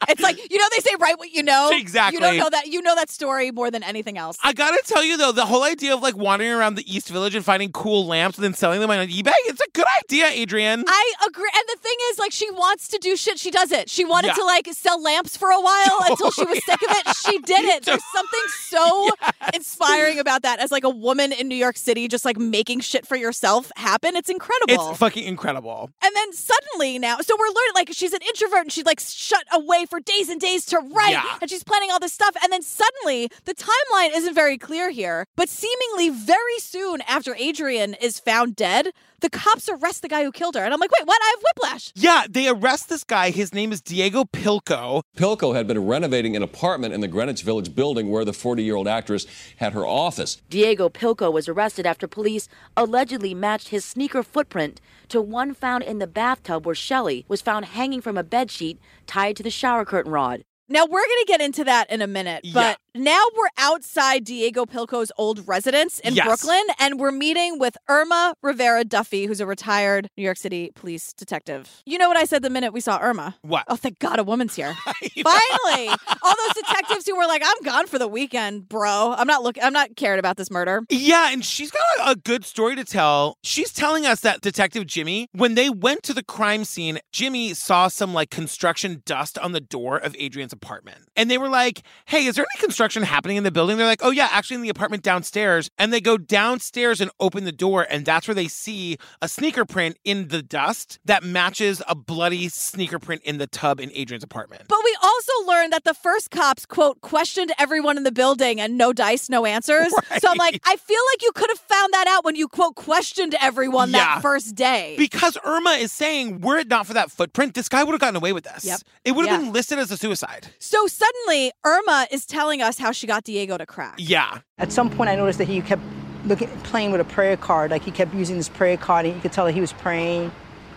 it's like you know they say write what you know. You don't
Exactly.
know that you know that story more than anything else.
I gotta tell you though, the whole idea of like wandering around the East Village and finding cool lamps and then selling them on eBay, it's a good idea, Adrian.
I agree. And the thing is, like, she wants to do shit. She does it. She wanted
Yeah. Oh,
to, like, sell lamps for a while until she was sick of it. She did it. There's something so inspiring about that as, like, a woman in New York City just, like, making shit for yourself happen. It's incredible.
It's fucking incredible.
and then suddenly now, so we're learning, like, she's an introvert and she's, like, shut away for days and days to write.
Yeah.
And she's planning all this stuff. And then suddenly, the timeline isn't very clear here, but seemingly very soon after Adrian is found dead, the cops arrest the guy who killed her. And I'm like, wait, what? I have whiplash.
Yeah, they arrest this guy. His name is Diego Pilco.
Pilko had been renovating an apartment in the Greenwich Village building where the 40 year old actress had her office.
Diego Pilco was arrested after police allegedly matched his sneaker footprint to one found in the bathtub where Shelley was found hanging from a bedsheet tied to the shower curtain rod.
Now we're going to get into that in a minute, but Now we're outside Diego Pilco's old residence in
Yes.
Brooklyn, and we're meeting with Irma Rivera Duffy, who's a retired New York City police detective. You know what I said the minute we saw Irma?
What?
Oh, thank God, a woman's here. Finally, all those detectives who were like, "I'm gone for the weekend, bro. I'm not looking. I'm not caring about this murder."
Yeah, and she's got a, a good story to tell. She's telling us that Detective Jimmy, when they went to the crime scene, Jimmy saw some like construction dust on the door of Adrian's apartment. And they were like, hey, is there any construction happening in the building? They're like, oh, yeah, actually in the apartment downstairs. And they go downstairs and open the door, and that's where they see a sneaker print in the dust that matches a bloody sneaker print in the tub in Adrian's apartment.
But we also learned that the first cops, quote, questioned everyone in the building and no dice, no answers. So I'm like, I feel like you could have found that out when you, quote, questioned everyone
Yeah.
that first day.
Because Irma is saying, were it not for that footprint, this guy would have gotten away with this.
Yep.
It would have
Yeah.
been listed as a suicide.
so suddenly, Irma is telling us how she got Diego to crack.
Yeah.
At some point, I noticed that he kept looking, playing with a prayer card. Like he kept using this prayer card, and you could tell that he was praying.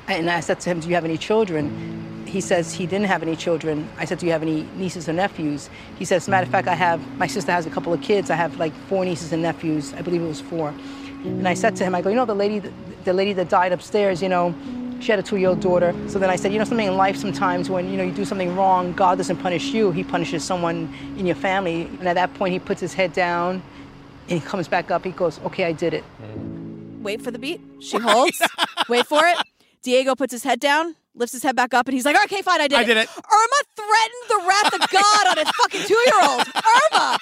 And I said to him, "Do you have any children?" He says he didn't have any children. I said, "Do you have any nieces or nephews?" He says, "As a matter of fact, I have. My sister has a couple of kids. I have like four nieces and nephews. I believe it was four. And I said to him, "I go, you know, the lady, the lady that died upstairs, you know." She had a two-year-old daughter. So then I said, you know, something in life sometimes when you know you do something wrong, God doesn't punish you. He punishes someone in your family. And at that point, he puts his head down, and he comes back up. He goes, okay, I did it.
Wait for the beat. She holds. Wait for it. Diego puts his head down, lifts his head back up, and he's like, okay, fine, I did
I
it.
did it.
Irma threatened the wrath of God on his fucking two year old. Irma,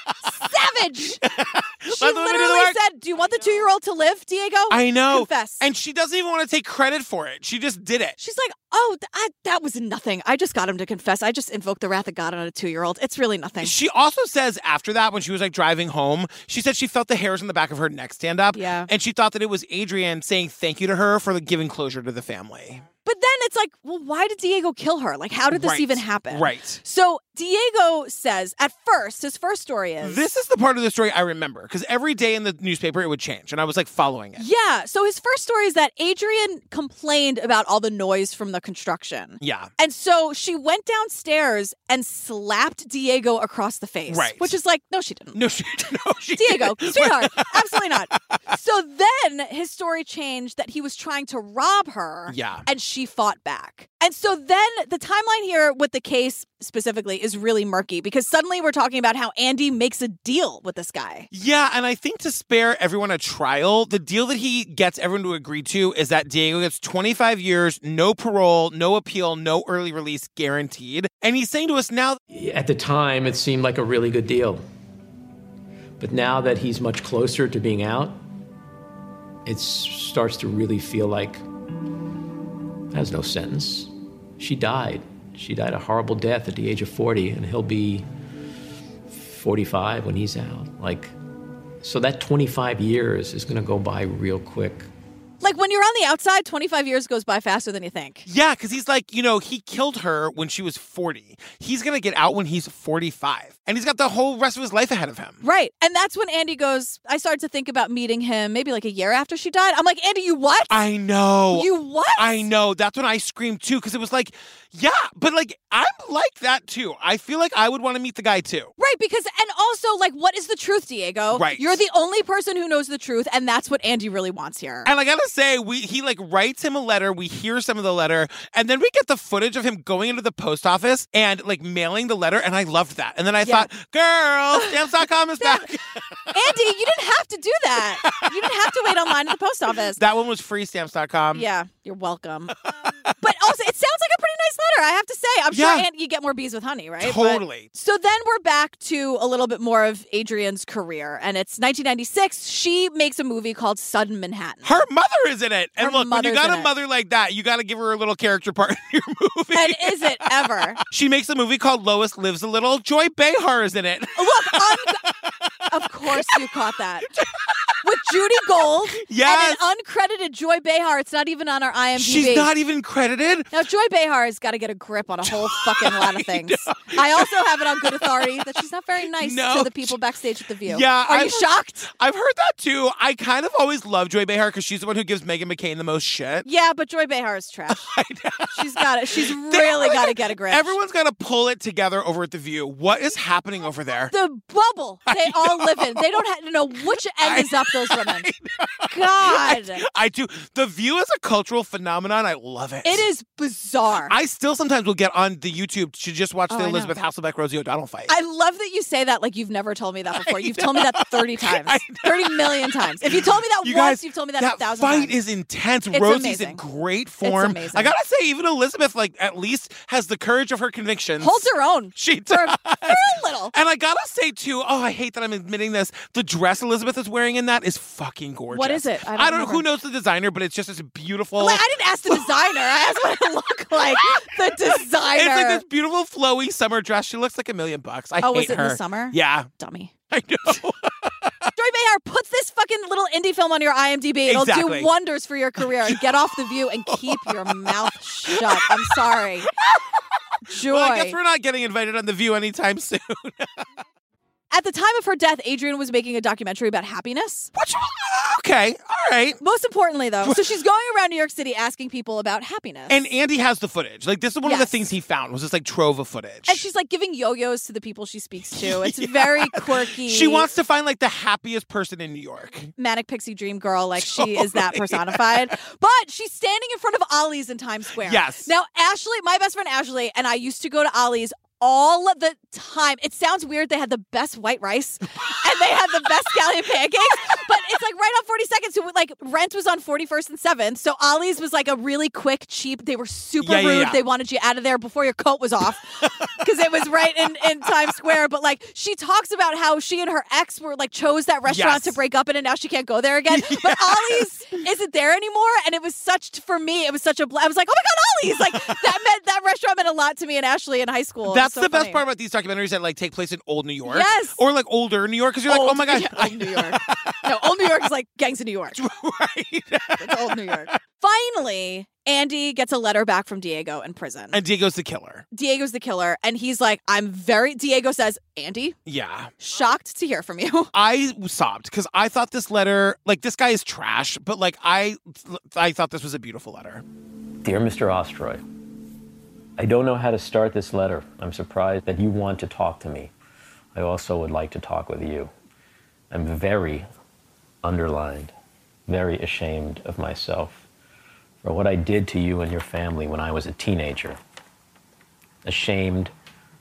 savage. She
Let the woman do the
literally
work.
said, do you want the two year old to live, Diego?
I know.
Confess.
And she doesn't even want to take credit for it. She just did it.
She's like, oh, th- I, that was nothing. I just got him to confess. I just invoked the wrath of God on a two year old. It's really nothing.
She also says after that, when she was like driving home, she said she felt the hairs on the back of her neck stand up.
Yeah.
And she thought that it was Adrian saying thank you to her for like, giving closure to the family.
But then it's like, well, why did Diego kill her? Like, how did this
Right.
even happen?
Right.
So Diego says, at first, his first story is
This is the part of the story I remember because every day in the newspaper it would change. And I was like following it.
Yeah. So his first story is that Adrian complained about all the noise from the construction.
Yeah.
And so she went downstairs and slapped Diego across the face.
Right.
Which is like, no, she didn't.
No, she, no, she
Diego,
didn't.
sweetheart, absolutely not. So then his story changed that he was trying to rob her.
Yeah.
And she fought back. And so then the timeline here with the case specifically is really murky because suddenly we're talking about how Andy makes a deal with this guy.
Yeah, and I think to spare everyone a trial, the deal that he gets everyone to agree to is that Diego gets 25 years, no parole, no appeal, no early release guaranteed. And he's saying to us now,
At the time, it seemed like a really good deal. But now that he's much closer to being out, it s- starts to really feel like that was no sentence. She died. She died a horrible death at the age of 40, and he'll be 45 when he's out. Like, so that 25 years is going to go by real quick.
Like when you're on the outside, 25 years goes by faster than you think.
yeah, because he's like, you know, he killed her when she was 40. He's going to get out when he's 45. And he's got the whole rest of his life ahead of him.
Right. And that's when Andy goes, I started to think about meeting him maybe like a year after she died. I'm like, Andy, you what?
I know.
You what?
Oh, I know. That's when I screamed too, because it was like, yeah, but like, I'm like that too. I feel like I would want to meet the guy too.
Right, because and also like what is the truth, Diego?
Right.
You're the only person who knows the truth, and that's what Andy really wants here.
And I gotta say, we he like writes him a letter. We hear some of the letter, and then we get the footage of him going into the post office and like mailing the letter. And I loved that. And then I
Yeah.
thought, girl, stamps.com is back.
Andy, you didn't have to do that. You didn't have to wait online at the post office.
that one was free stamps.com.
yeah, you're welcome. but also, it sounds like a pretty nice letter, I have to say. I'm
Yeah.
sure Andy, you get more bees with honey, right? But-
Totally.
so then we're back to a little bit more of Adrian's career, and it's 1996. She makes a movie called Sudden Manhattan.
Her mother is in it. And
Her
look, when you
mother's
got
in
a
it.
mother like that, you gotta give her a little character part.
And is it ever? Oh,
she makes a movie called Lois Lives a Little. Joy Behar is in it.
Look, un- of course you caught that. With Judy Gold
Yes.
and an uncredited Joy Behar. It's not even on our IMDb.
She's not even credited.
Now, Joy Behar has got to get a grip on a whole fucking lot of things. I also have it on good authority that she's not very nice
No.
to the people backstage at The View.
Yeah,
Are you
I've-
shocked?
I've heard that too. I kind of always love Joy Behar because she's the one who gives Megan McCain the most shit.
Yeah, but Joy Behar is trash. She's got it. She's really got to get a grip.
Everyone's got to pull it together over at The View. What is happening over there?
the bubble they all live in. They don't have to know which end is up. Those women. God,
I do. The View is a cultural phenomenon. I love it.
it is bizarre.
I still sometimes will get on the YouTube to just watch
Oh,
the
I know.
Elizabeth Hasselbeck Rosie O'Donnell fight.
I love that you say that like you've never told me that before. You've told me that 30 times, 30 million times. If you told me that
You
once,
guys,
you've told me that, a thousand
fight
times.
is intense.
It's
Rosie's
amazing.
in great
It's
form.
amazing.
I gotta say, even Elizabeth, like at least has the courage of her convictions.
Holds her own.
She
For-
does.
a little.
And I gotta say too. Oh, I hate that I'm admitting this. The dress Elizabeth is wearing in that is fucking gorgeous.
What is it? I
I don't,
don't
know who
remember.
knows the designer, but it's just this beautiful.
Like, I didn't ask the designer. I asked what it looked like. The designer.
It's like this beautiful flowy summer dress. She looks like a million bucks. I
Oh, was
hate
it in
her.
the summer?
Yeah.
Dummy.
I know.
Joy Behar, put this fucking little indie film on your IMDb. It'll
Exactly.
do wonders for your career. And get off the view and keep your mouth shut. I'm sorry. Joy.
Well, I guess we're not getting invited on The View anytime soon.
At the time of her death, Adrian was making a documentary about happiness.
Which, okay, all right.
Most importantly, though, so she's going around New York City asking people about happiness.
And Andy has the footage. Like this is one of the
Yes.
things he found was this like trove of footage.
And she's like giving yo-yos to the people she speaks to. It's very quirky.
She wants to find like the happiest person in New York.
manic pixie dream girl like she is that personified but she's standing in front of ollie's in times square
Yes.
now ashley my best friend ashley and i used to go to ollie's all of the time it sounds weird they had the best white rice and they had the best scallion pancakes but it's like right on 42nd so like rent was on 41st and 7th so ollie's was like a really quick cheap they were super
Yeah, yeah,
rude
yeah.
they wanted you out of there before your coat was off because it was right in, in times square but like she talks about how she and her ex were like chose that restaurant
Yes.
to break up in and now she can't go there again. But Ollie's isn't there anymore. And it was such, for me, it was such a, bl- I was like, oh my God, Ollie's. Like that meant, that restaurant meant a lot to me and Ashley in high school. It was
That's
so
the best
funny.
part about these documentaries that like take place in old New York.
Yes.
Or like older New York because you're like, oh
Old-
my god,
yeah,
I-
old New York. no, old New York is like gangs in New York. It's old New York. Finally, Andy gets a letter back from Diego in prison.
and Diego's the killer.
Diego's the killer. And he's like, I'm very, Diego says, Andy,
Yeah.
shocked to hear from you.
I sobbed because I thought this letter, like this guy is trash, but like I, I thought this was a beautiful letter.
Dear Mr. Ostroy, I don't know how to start this letter. I'm surprised that you want to talk to me. I also would like to talk with you. I'm very underlined, very ashamed of myself for what I did to you and your family when I was a teenager. Ashamed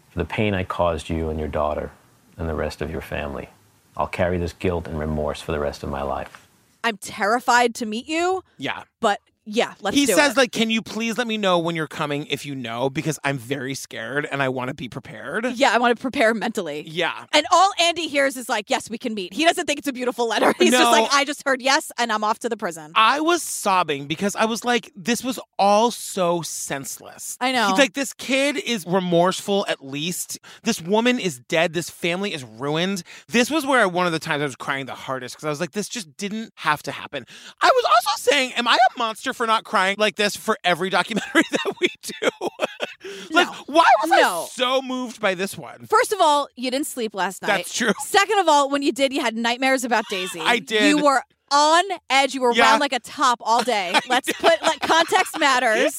for the pain I caused you and your daughter and the rest of your family. I'll carry this guilt and remorse for the rest of my life.
I'm terrified to meet you,
Yeah.
but yeah, let's
he
do
says
it.
like, can you please let me know when you're coming if you know because I'm very scared and I want to be prepared.
yeah, I want to prepare mentally.
Yeah.
And all Andy hears is like, yes, we can meet. He doesn't think it's a beautiful letter. He's just
No.
like, I just heard yes, and I'm off to the prison.
I was sobbing because I was like, this was all so senseless.
I know.
He's like, this kid is remorseful at least. This woman is dead. This family is ruined. This was where one of the times I was crying the hardest because I was like, this just didn't have to happen. I was also saying, am I a monster for not crying like this for every documentary that we do? like, why was
No.
I so moved by this one?
First of all, you didn't sleep last night.
That's true.
Second of all, when you did, you had nightmares about Daisy.
I did.
You were on edge. You were
Yeah.
wound like a top all day. Let's put like context matters.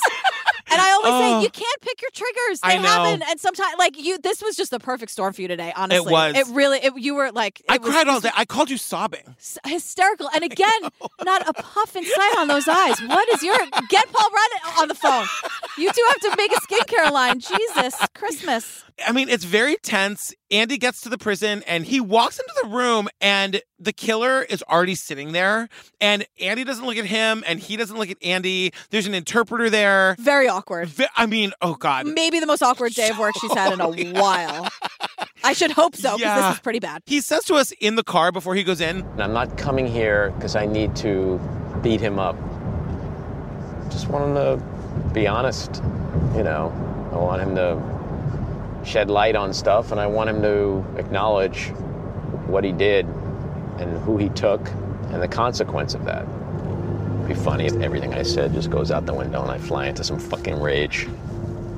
And I always
Oh.
say you can't pick your triggers. They
I know.
happen. And sometimes like you this was just the perfect storm for you today, honestly.
was.
It really it, you were like
I
it was-
cried all day. I called you sobbing.
s- hysterical. And again, not a puff in sight on those eyes. What is your get Paul Rudd on the phone? You two have to make a skincare line. Jesus, Christmas.
I mean, it's very tense. Andy gets to the prison and he walks into the room, and the killer is already sitting there. And Andy doesn't look at him, and he doesn't look at Andy. There's an interpreter there.
Very awkward.
Ve- I mean, oh God.
Maybe the most awkward day of work she's had in a while. I should hope so because
Yeah.
this is pretty bad.
He says to us in the car before he goes in,
And I'm not coming here because I need to beat him up. Just want him to be honest, you know. I want him to shed light on stuff and I want him to acknowledge what he did and who he took and the consequence of that. It'd be funny if everything I said just goes out the window and I fly into some fucking rage.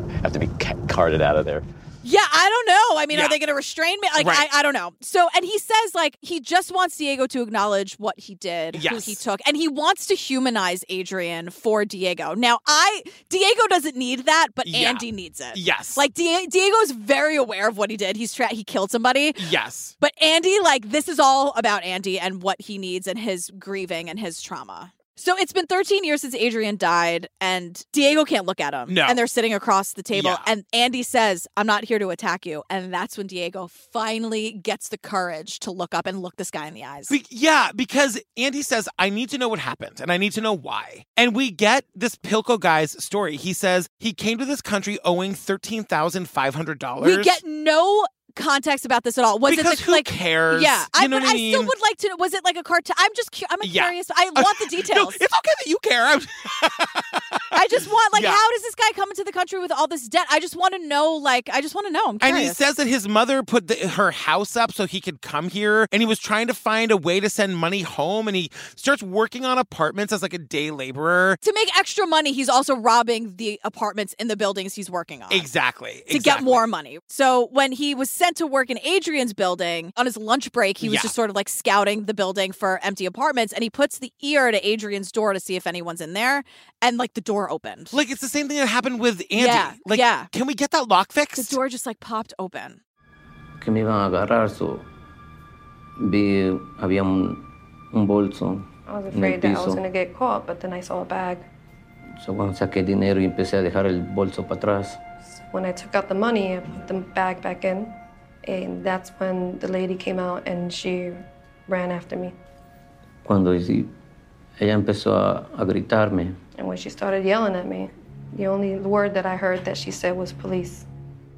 I have to be ca- carted out of there.
Yeah, I don't know. I mean,
Yeah.
are they going to restrain me? Like,
Right.
I, I don't know. So, and he says, like, he just wants Diego to acknowledge what he did, who
Yes.
he took, and he wants to humanize Adrian for Diego. Now, I, Diego doesn't need that, but
Yeah.
Andy needs it.
Yes.
Like, Di- Diego's very aware of what he did. He's tra- he killed somebody.
Yes.
But Andy, like, this is all about Andy and what he needs and his grieving and his trauma. So it's been 13 years since Adrian died, and Diego can't look at him.
No.
And they're sitting across the table,
Yeah.
and Andy says, I'm not here to attack you. And that's when Diego finally gets the courage to look up and look this guy in the eyes.
Be- yeah, because Andy says, I need to know what happened and I need to know why. And we get this Pilko guy's story. He says he came to this country owing $13,500.
We get no context about this at all. Was
Because
it the,
who
like
cares?
Yeah, I,
You know
but
what I
I still
mean?
would like to know. Was it like a cartoon? I'm just cu- I'm a
Yeah.
curious. I want the
no,
details.
it's okay that you care. I'm-
I just want like
Yeah.
how does this guy come into the country with all this debt? I just want to know. Like I just want to know. I'm
and
curious.
he says that his mother put the, her house up so he could come here. And he was trying to find a way to send money home. And he starts working on apartments as like a day laborer.
to make extra money, he's also robbing the apartments in the buildings he's working on.
Exactly.
to get more money. So when he was sent to work in Adrian's building on his lunch break, he was
Yeah.
just sort of like scouting the building for empty apartments and he puts the ear to Adrian's door to see if anyone's in there and like the door opened.
Like it's the same thing that happened with Andy.
Yeah,
Like,
yeah.
can we get that lock fixed?
The door just like popped open.
que me iban a agarrar. So, vi, había un, un bolso
I was
en el
afraid that I was
piso.
going to get caught, but then I saw a bag.
So, bueno, saqué dinero y empecé a dejar el bolso para atrás.
When I took out the money, I put the bag back in, and that's when the lady came out and she ran after me.
Cuando hice- ella empezó a, a gritarme,
And when she started yelling at me, the only word that I heard that she said was police.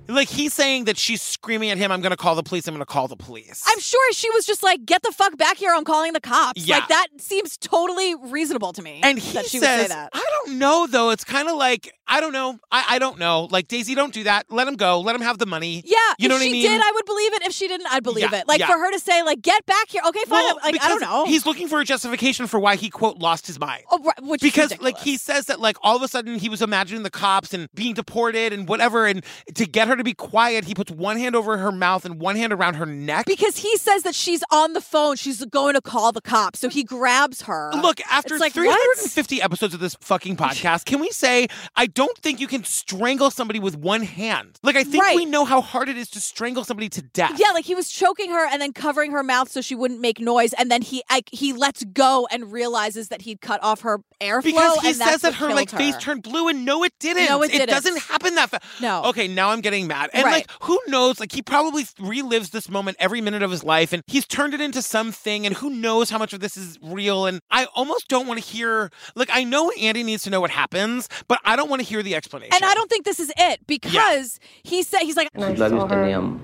Like he's saying that she's screaming at him, I'm going to call the police. I'm going to call the police.
I'm sure she was just like, get the fuck back here, I'm calling the cops.
Yeah.
Like that seems totally reasonable to me.
And he
that she
says,
would say that.
I don't know though. It's kind of like, I don't know. I, I don't know. Like, Daisy, don't do that. Let him go. Let him have the money.
Yeah,
You know
if
what
she
I mean?
did, I would believe it. If she didn't, I'd believe
Yeah,
it. Like
yeah.
for her to say, like, get back here. Okay, fine.
Well,
I'm- like I don't
because
know.
He's looking for a justification for why he quote lost his mind.
Oh, right, which is
because like he says that like all of a sudden he was imagining the cops and being deported and whatever, and to get her to be quiet, he puts one hand over her mouth and one hand around her neck.
Because he says that she's on the phone. She's going to call the cops. So he grabs her.
Look, after
It's like,
350 episodes of this fucking podcast, can we say I don't think you can strangle somebody with one hand? Like I think we know how hard it is to strangle somebody to death.
what? Yeah, like he was choking her and then covering her mouth so she wouldn't make noise. And then he like, he lets go and realizes that he'd cut off her airflow.
Because he
and that's
says that
what
her
killed
like face turned blue, and no, it didn't.
No, it
It
didn't.
doesn't happen that fast.
No.
Okay, now I'm getting mad. And
Right.
like, who knows? Like, he probably relives this moment every minute of his life, and he's turned it into something. And who knows how much of this is real? And I almost don't want to hear. Like, I know Andy needs to know what happens, but I don't want to hear the explanation.
And I don't think this is it because he said he's like
sus labios tenían.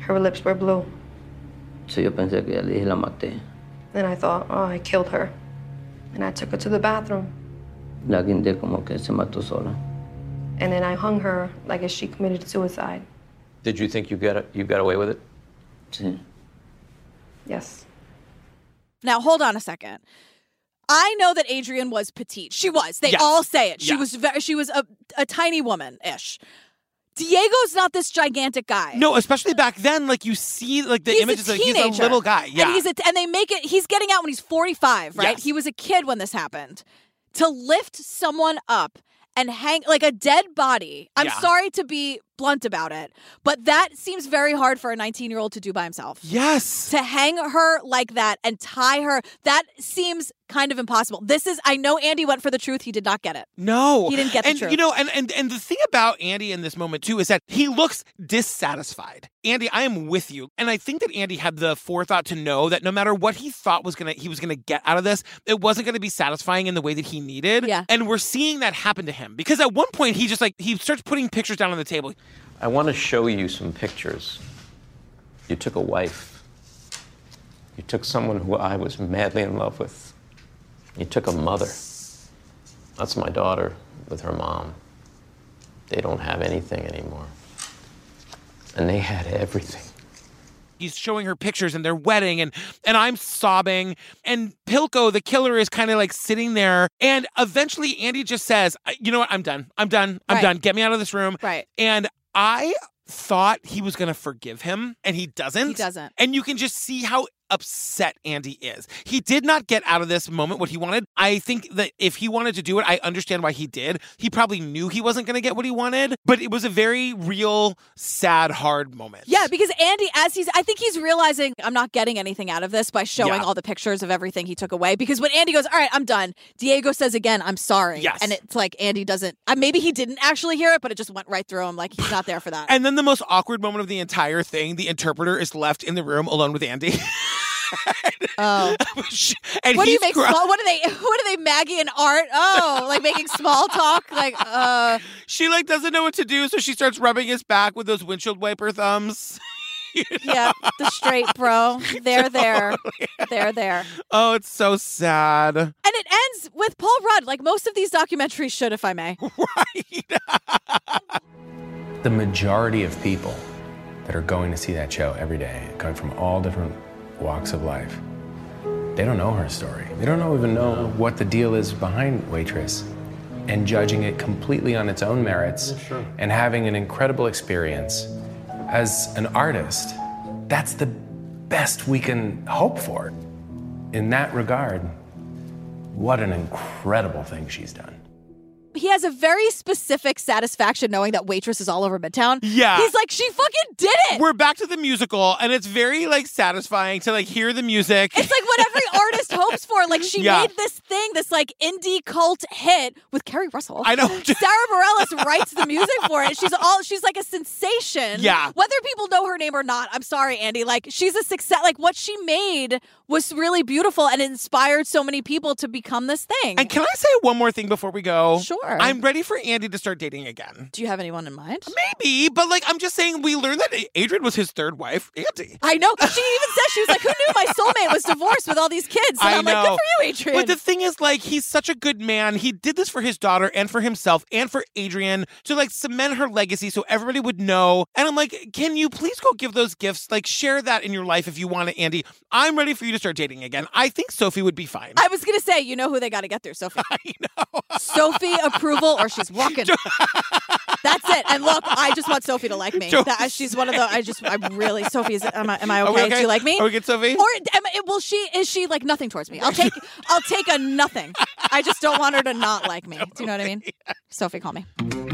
Her lips were blue,
um, So, yo pensé que le dije la maté.
and I thought, oh, I killed her. And I took her to the bathroom,
La guindé como que se mató sola.
and then I hung her like if she committed suicide.
Did you think you got you got away with it? Sí.
Yes.
Now, hold on a second. I know that Adrian was petite. She was. They
Yes.
all say it. She
Yeah.
was very, she was a, a tiny woman ish. Diego's not this gigantic guy.
No, especially back then. Like, you see, like the
he's
images.
a
like, he's
teenager.
a little guy. Yeah.
And he's a, and they make it he's getting out when he's 45, right?
Yes.
He was a kid when this happened. To lift someone up and hang like a dead body. I'm
Yeah.
sorry to be blunt about it, but that seems very hard for a 19-year-old to do by himself.
Yes.
To hang her like that and tie her, that seems kind of impossible. This is I know Andy went for the truth, he did not get it.
No.
He didn't get the
and, You
truth.
know, and, and and the thing about Andy in this moment too is that he looks dissatisfied. Andy, I am with you. And I think that Andy had the forethought to know that no matter what he thought was gonna he was gonna get out of this, it wasn't gonna be satisfying in the way that he needed. Yeah. And we're seeing that happen to him. Because at one point he just like he starts putting pictures down on the table.
I want to show you some pictures. You took a wife. You took someone who I was madly in love with. You took a mother. That's my daughter with her mom. They don't have anything anymore. And they had everything.
He's showing her pictures and their wedding, and and I'm sobbing. And Pilko, the killer, is kind of like sitting there. And eventually, Andy just says, "I- "You know what? I'm done. I'm done. I'm
Right.
done. Get me out of this room."
Right.
And I thought he was going to forgive him, and he doesn't.
He doesn't.
And you can just see how upset Andy is. He did not get out of this moment what he wanted. I think that if he wanted to do it, I understand why he did. He probably knew he wasn't going to get what he wanted, but it was a very real, sad, hard moment.
Yeah, because Andy, as he's, I think he's realizing I'm not getting anything out of this by showing
Yeah.
all the pictures of everything he took away. Because when Andy goes, all right, I'm done, Diego says again, I'm sorry.
Yes.
And it's like Andy doesn't, uh, maybe he didn't actually hear it, but it just went right through him. Like he's not there for that.
And then the most awkward moment of the entire thing, the interpreter is left in the room alone with Andy.
oh.
and
what do you
he's
make
cry-
small? What are they? What are they? Maggie and Art? Oh, like making small talk. Like, uh,
She like doesn't know what to do, so she starts rubbing his back with those windshield wiper thumbs.
yeah, the straight bro. They're there. They're there.
Oh, it's so sad.
And it ends with Paul Rudd, like most of these documentaries should, if I may.
the majority of people that are going to see that show every day, coming from all different walks of life, they don't know her story. They don't know- even know what the deal is behind Waitress and judging it completely on its own merits and having an incredible experience as an artist. That's the best we can hope for. In that regard, what an incredible thing she's done.
He has a very specific satisfaction knowing that waitress is all over Midtown.
Yeah.
he's like, she fucking did it.
We're back to the musical, and it's very like satisfying to like hear the music.
It's like what every artist hopes for. Like she
Yeah.
made this thing, this like indie cult hit with Carrie Russell.
I know.
Sarah Bareilles writes the music for it. She's all she's like a sensation.
Yeah.
Whether people know her name or not, I'm sorry, Andy. Like she's a success. Like what she made was really beautiful and inspired so many people to become this thing.
And can I say one more thing before we go?
Sure.
I'm ready for Andy to start dating again.
Do you have anyone in mind?
Maybe, but like I'm just saying, we learned that Adrian was his third wife, Andy.
I know. She even said she was like, "Who knew my soulmate was divorced with all these kids?" And
I
am like, "Good
know.
for you, Adrian."
But the thing is, like, he's such a good man. He did this for his daughter and for himself and for Adrian to like cement her legacy so everybody would know. And I'm like, can you please go give those gifts? Like, share that in your life if you want to, Andy. I'm ready for you to start dating again. I think Sophie would be fine.
I was gonna say, you know who they got to get through, Sophie. I know. Sophie approval, or she's walking. That's it. And look, I just want Sophie to like me.
Don't
That- she's one of the. I just. I'm really. Sophie is. Am I, am I
Are
okay?
we
Do you like me?
Are we good, Sophie?
Or am I, will she? Is she like nothing towards me? I'll take. I'll take a nothing. I just don't want her to not like me. Do you know what I mean? Sophie, call me.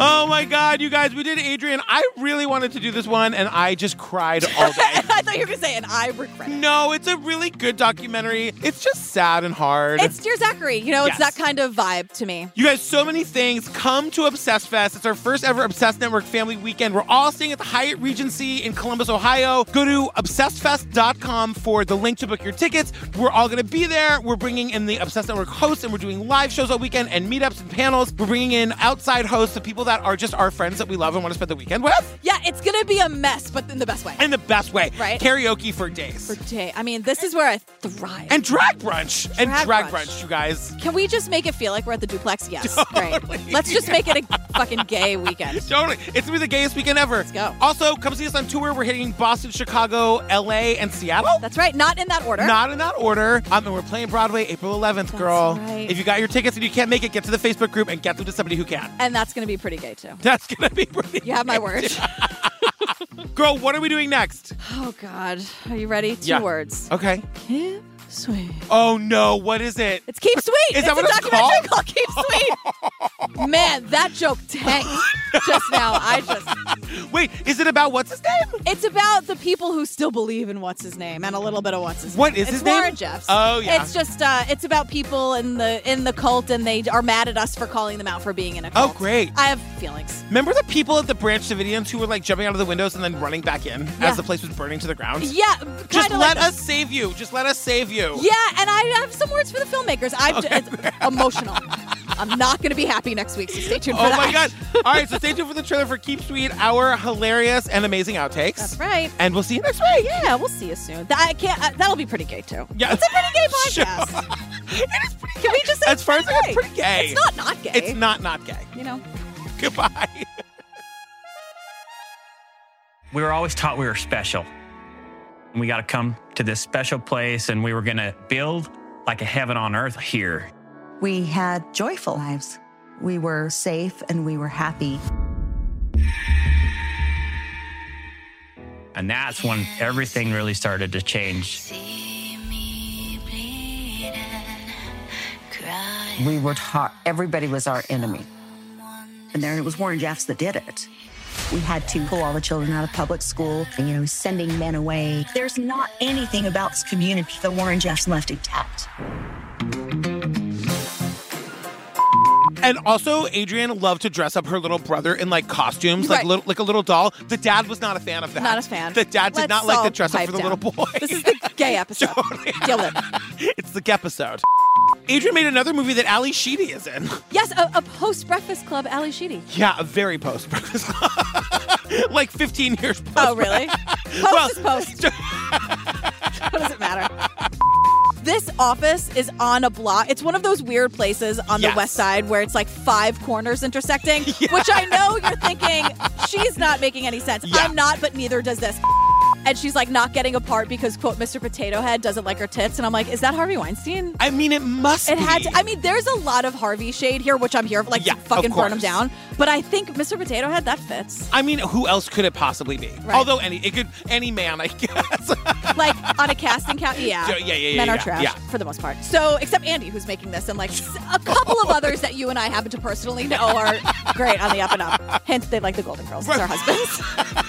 Oh my God, you guys, we did Adrian. I really wanted to do this one and I just cried all day.
I thought you were gonna say, and I regret. It.
no, it's a really good documentary. It's just sad and hard.
It's dear Zachary. You know, it's
Yes.
that kind of vibe to me.
You guys, so many things. Come to Obsess Fest. It's our first ever Obsess Network family weekend. We're all staying at the Hyatt Regency in Columbus, Ohio. Go to obsessedfest.com for the link to book your tickets. We're all going to be there. We're bringing in the Obsess Network hosts and we're doing live shows all weekend and meetups and panels. We're bringing in outside hosts, the people that are just our friends that we love and want to spend the weekend with
Yeah, it's gonna be a mess, but in the best way.
in the best way.
Right.
Karaoke for days.
For day. I mean, this is where I thrive.
And drag brunch. and
Drag
drag
brunch.
brunch. you guys.
Can we just make it feel like we're at the duplex? Yes. Great. Let's just make it a fucking gay weekend.
Totally. It's gonna be the gayest weekend ever. Let's
go.
Also, come see us on tour. We're hitting Boston, Chicago, LA, and Seattle.
That's right. Not in that order.
Not in that order. Um, and we're playing Broadway April 11th, girl.
right.
If you got your tickets and you can't make it, get to the Facebook group and get them to somebody who can.
And that's going to be pretty gay, too.
That's gonna be pretty.
You have my word.
Girl, what are we doing next?
Oh, God. Are you ready? Two
Yeah. Oh.
words.
Okay.
Keep sweet.
Oh no, what is it?
It's Keep Sweet.
Is that
it's
what
a
it's
documentary called? Keep Sweet. Man, that joke tanked just now. I just.
Wait, is it about what's his name?
It's about the people who still believe in what's his name and a little bit of what's his
What
name.
is
it's
his name?
Warren Jeffs.
Oh, yeah.
It's just uh, it's about people in the in the cult and they are mad at us for calling them out for being in a
Oh,
cult.
great.
I have feelings.
Remember the people at the Branch Davidians who were like jumping out of the windows and then running back in
Yeah.
as the place was burning to the ground?
Yeah,
Just
kinda like
let
that.
us save you. Just let us save you.
Yeah, and I have some words for the filmmakers. I'm it's emotional. I'm not going to be happy next week, so stay tuned for
Oh
that.
my god. All right, so stay tuned for the trailer for Keep Sweet, our hilarious and amazing outtakes.
That's right.
And we'll see you next week.
Yeah, we'll see you soon. That, I can't. Uh, that'll be pretty gay too.
Yeah.
it's a pretty gay podcast. Can we just say
As far as I know, it's pretty gay.
It's not not gay.
It's not not gay.
You know.
Goodbye.
We were always taught we were special. We got to come to this special place and we were going to build like a heaven on earth here.
We had joyful lives. We were safe and we were happy.
And that's when everything really started to change.
We were taught everybody was our enemy. And there it was Warren Jeffs that did it. We had to pull all the children out of public school, you know, sending men away. There's not anything about this community that Warren Jeffs left intact.
And also, Adrian loved to dress up her little brother in like costumes, like
Right.
little, like a little doll. The dad was not a fan of that.
Not a fan.
The dad did
Let's
not like
all
the dress up
pipe
for the
down.
little boy.
This is the gay episode. Deal with it.
It's the episode. Adrian made another movie that Ali Sheedy is in.
Yes, a, a post Breakfast Club Ali Sheedy.
Yeah, a very post Breakfast Club. like 15 years post.
Oh, really? Post
Well-
is post. what does it matter? This office is on a block. It's one of those weird places on
Yes.
the west side where it's like five corners intersecting, which I know you're thinking, she's not making any sense. I'm not, but neither does this. And she's like not getting apart because, quote, Mr. Potato Head doesn't like her tits. And I'm like, is that Harvey Weinstein?
I mean, it must
It had
be.
to. I mean, there's a lot of Harvey shade here, which I'm here for, like, to fucking burn him
course.
down. But I think Mr. Potato Head, that fits.
I mean, who else could it possibly be? Although any, it could any man, I guess.
like on a casting count. Yeah.
Yeah, yeah, yeah,
Men
yeah,
are
yeah,
trash
yeah.
for the most part. So except Andy, who's making this, and like s- a couple of others that you and I happen to personally know are great on the up and up. Hence, they like the Golden Girls as our husbands.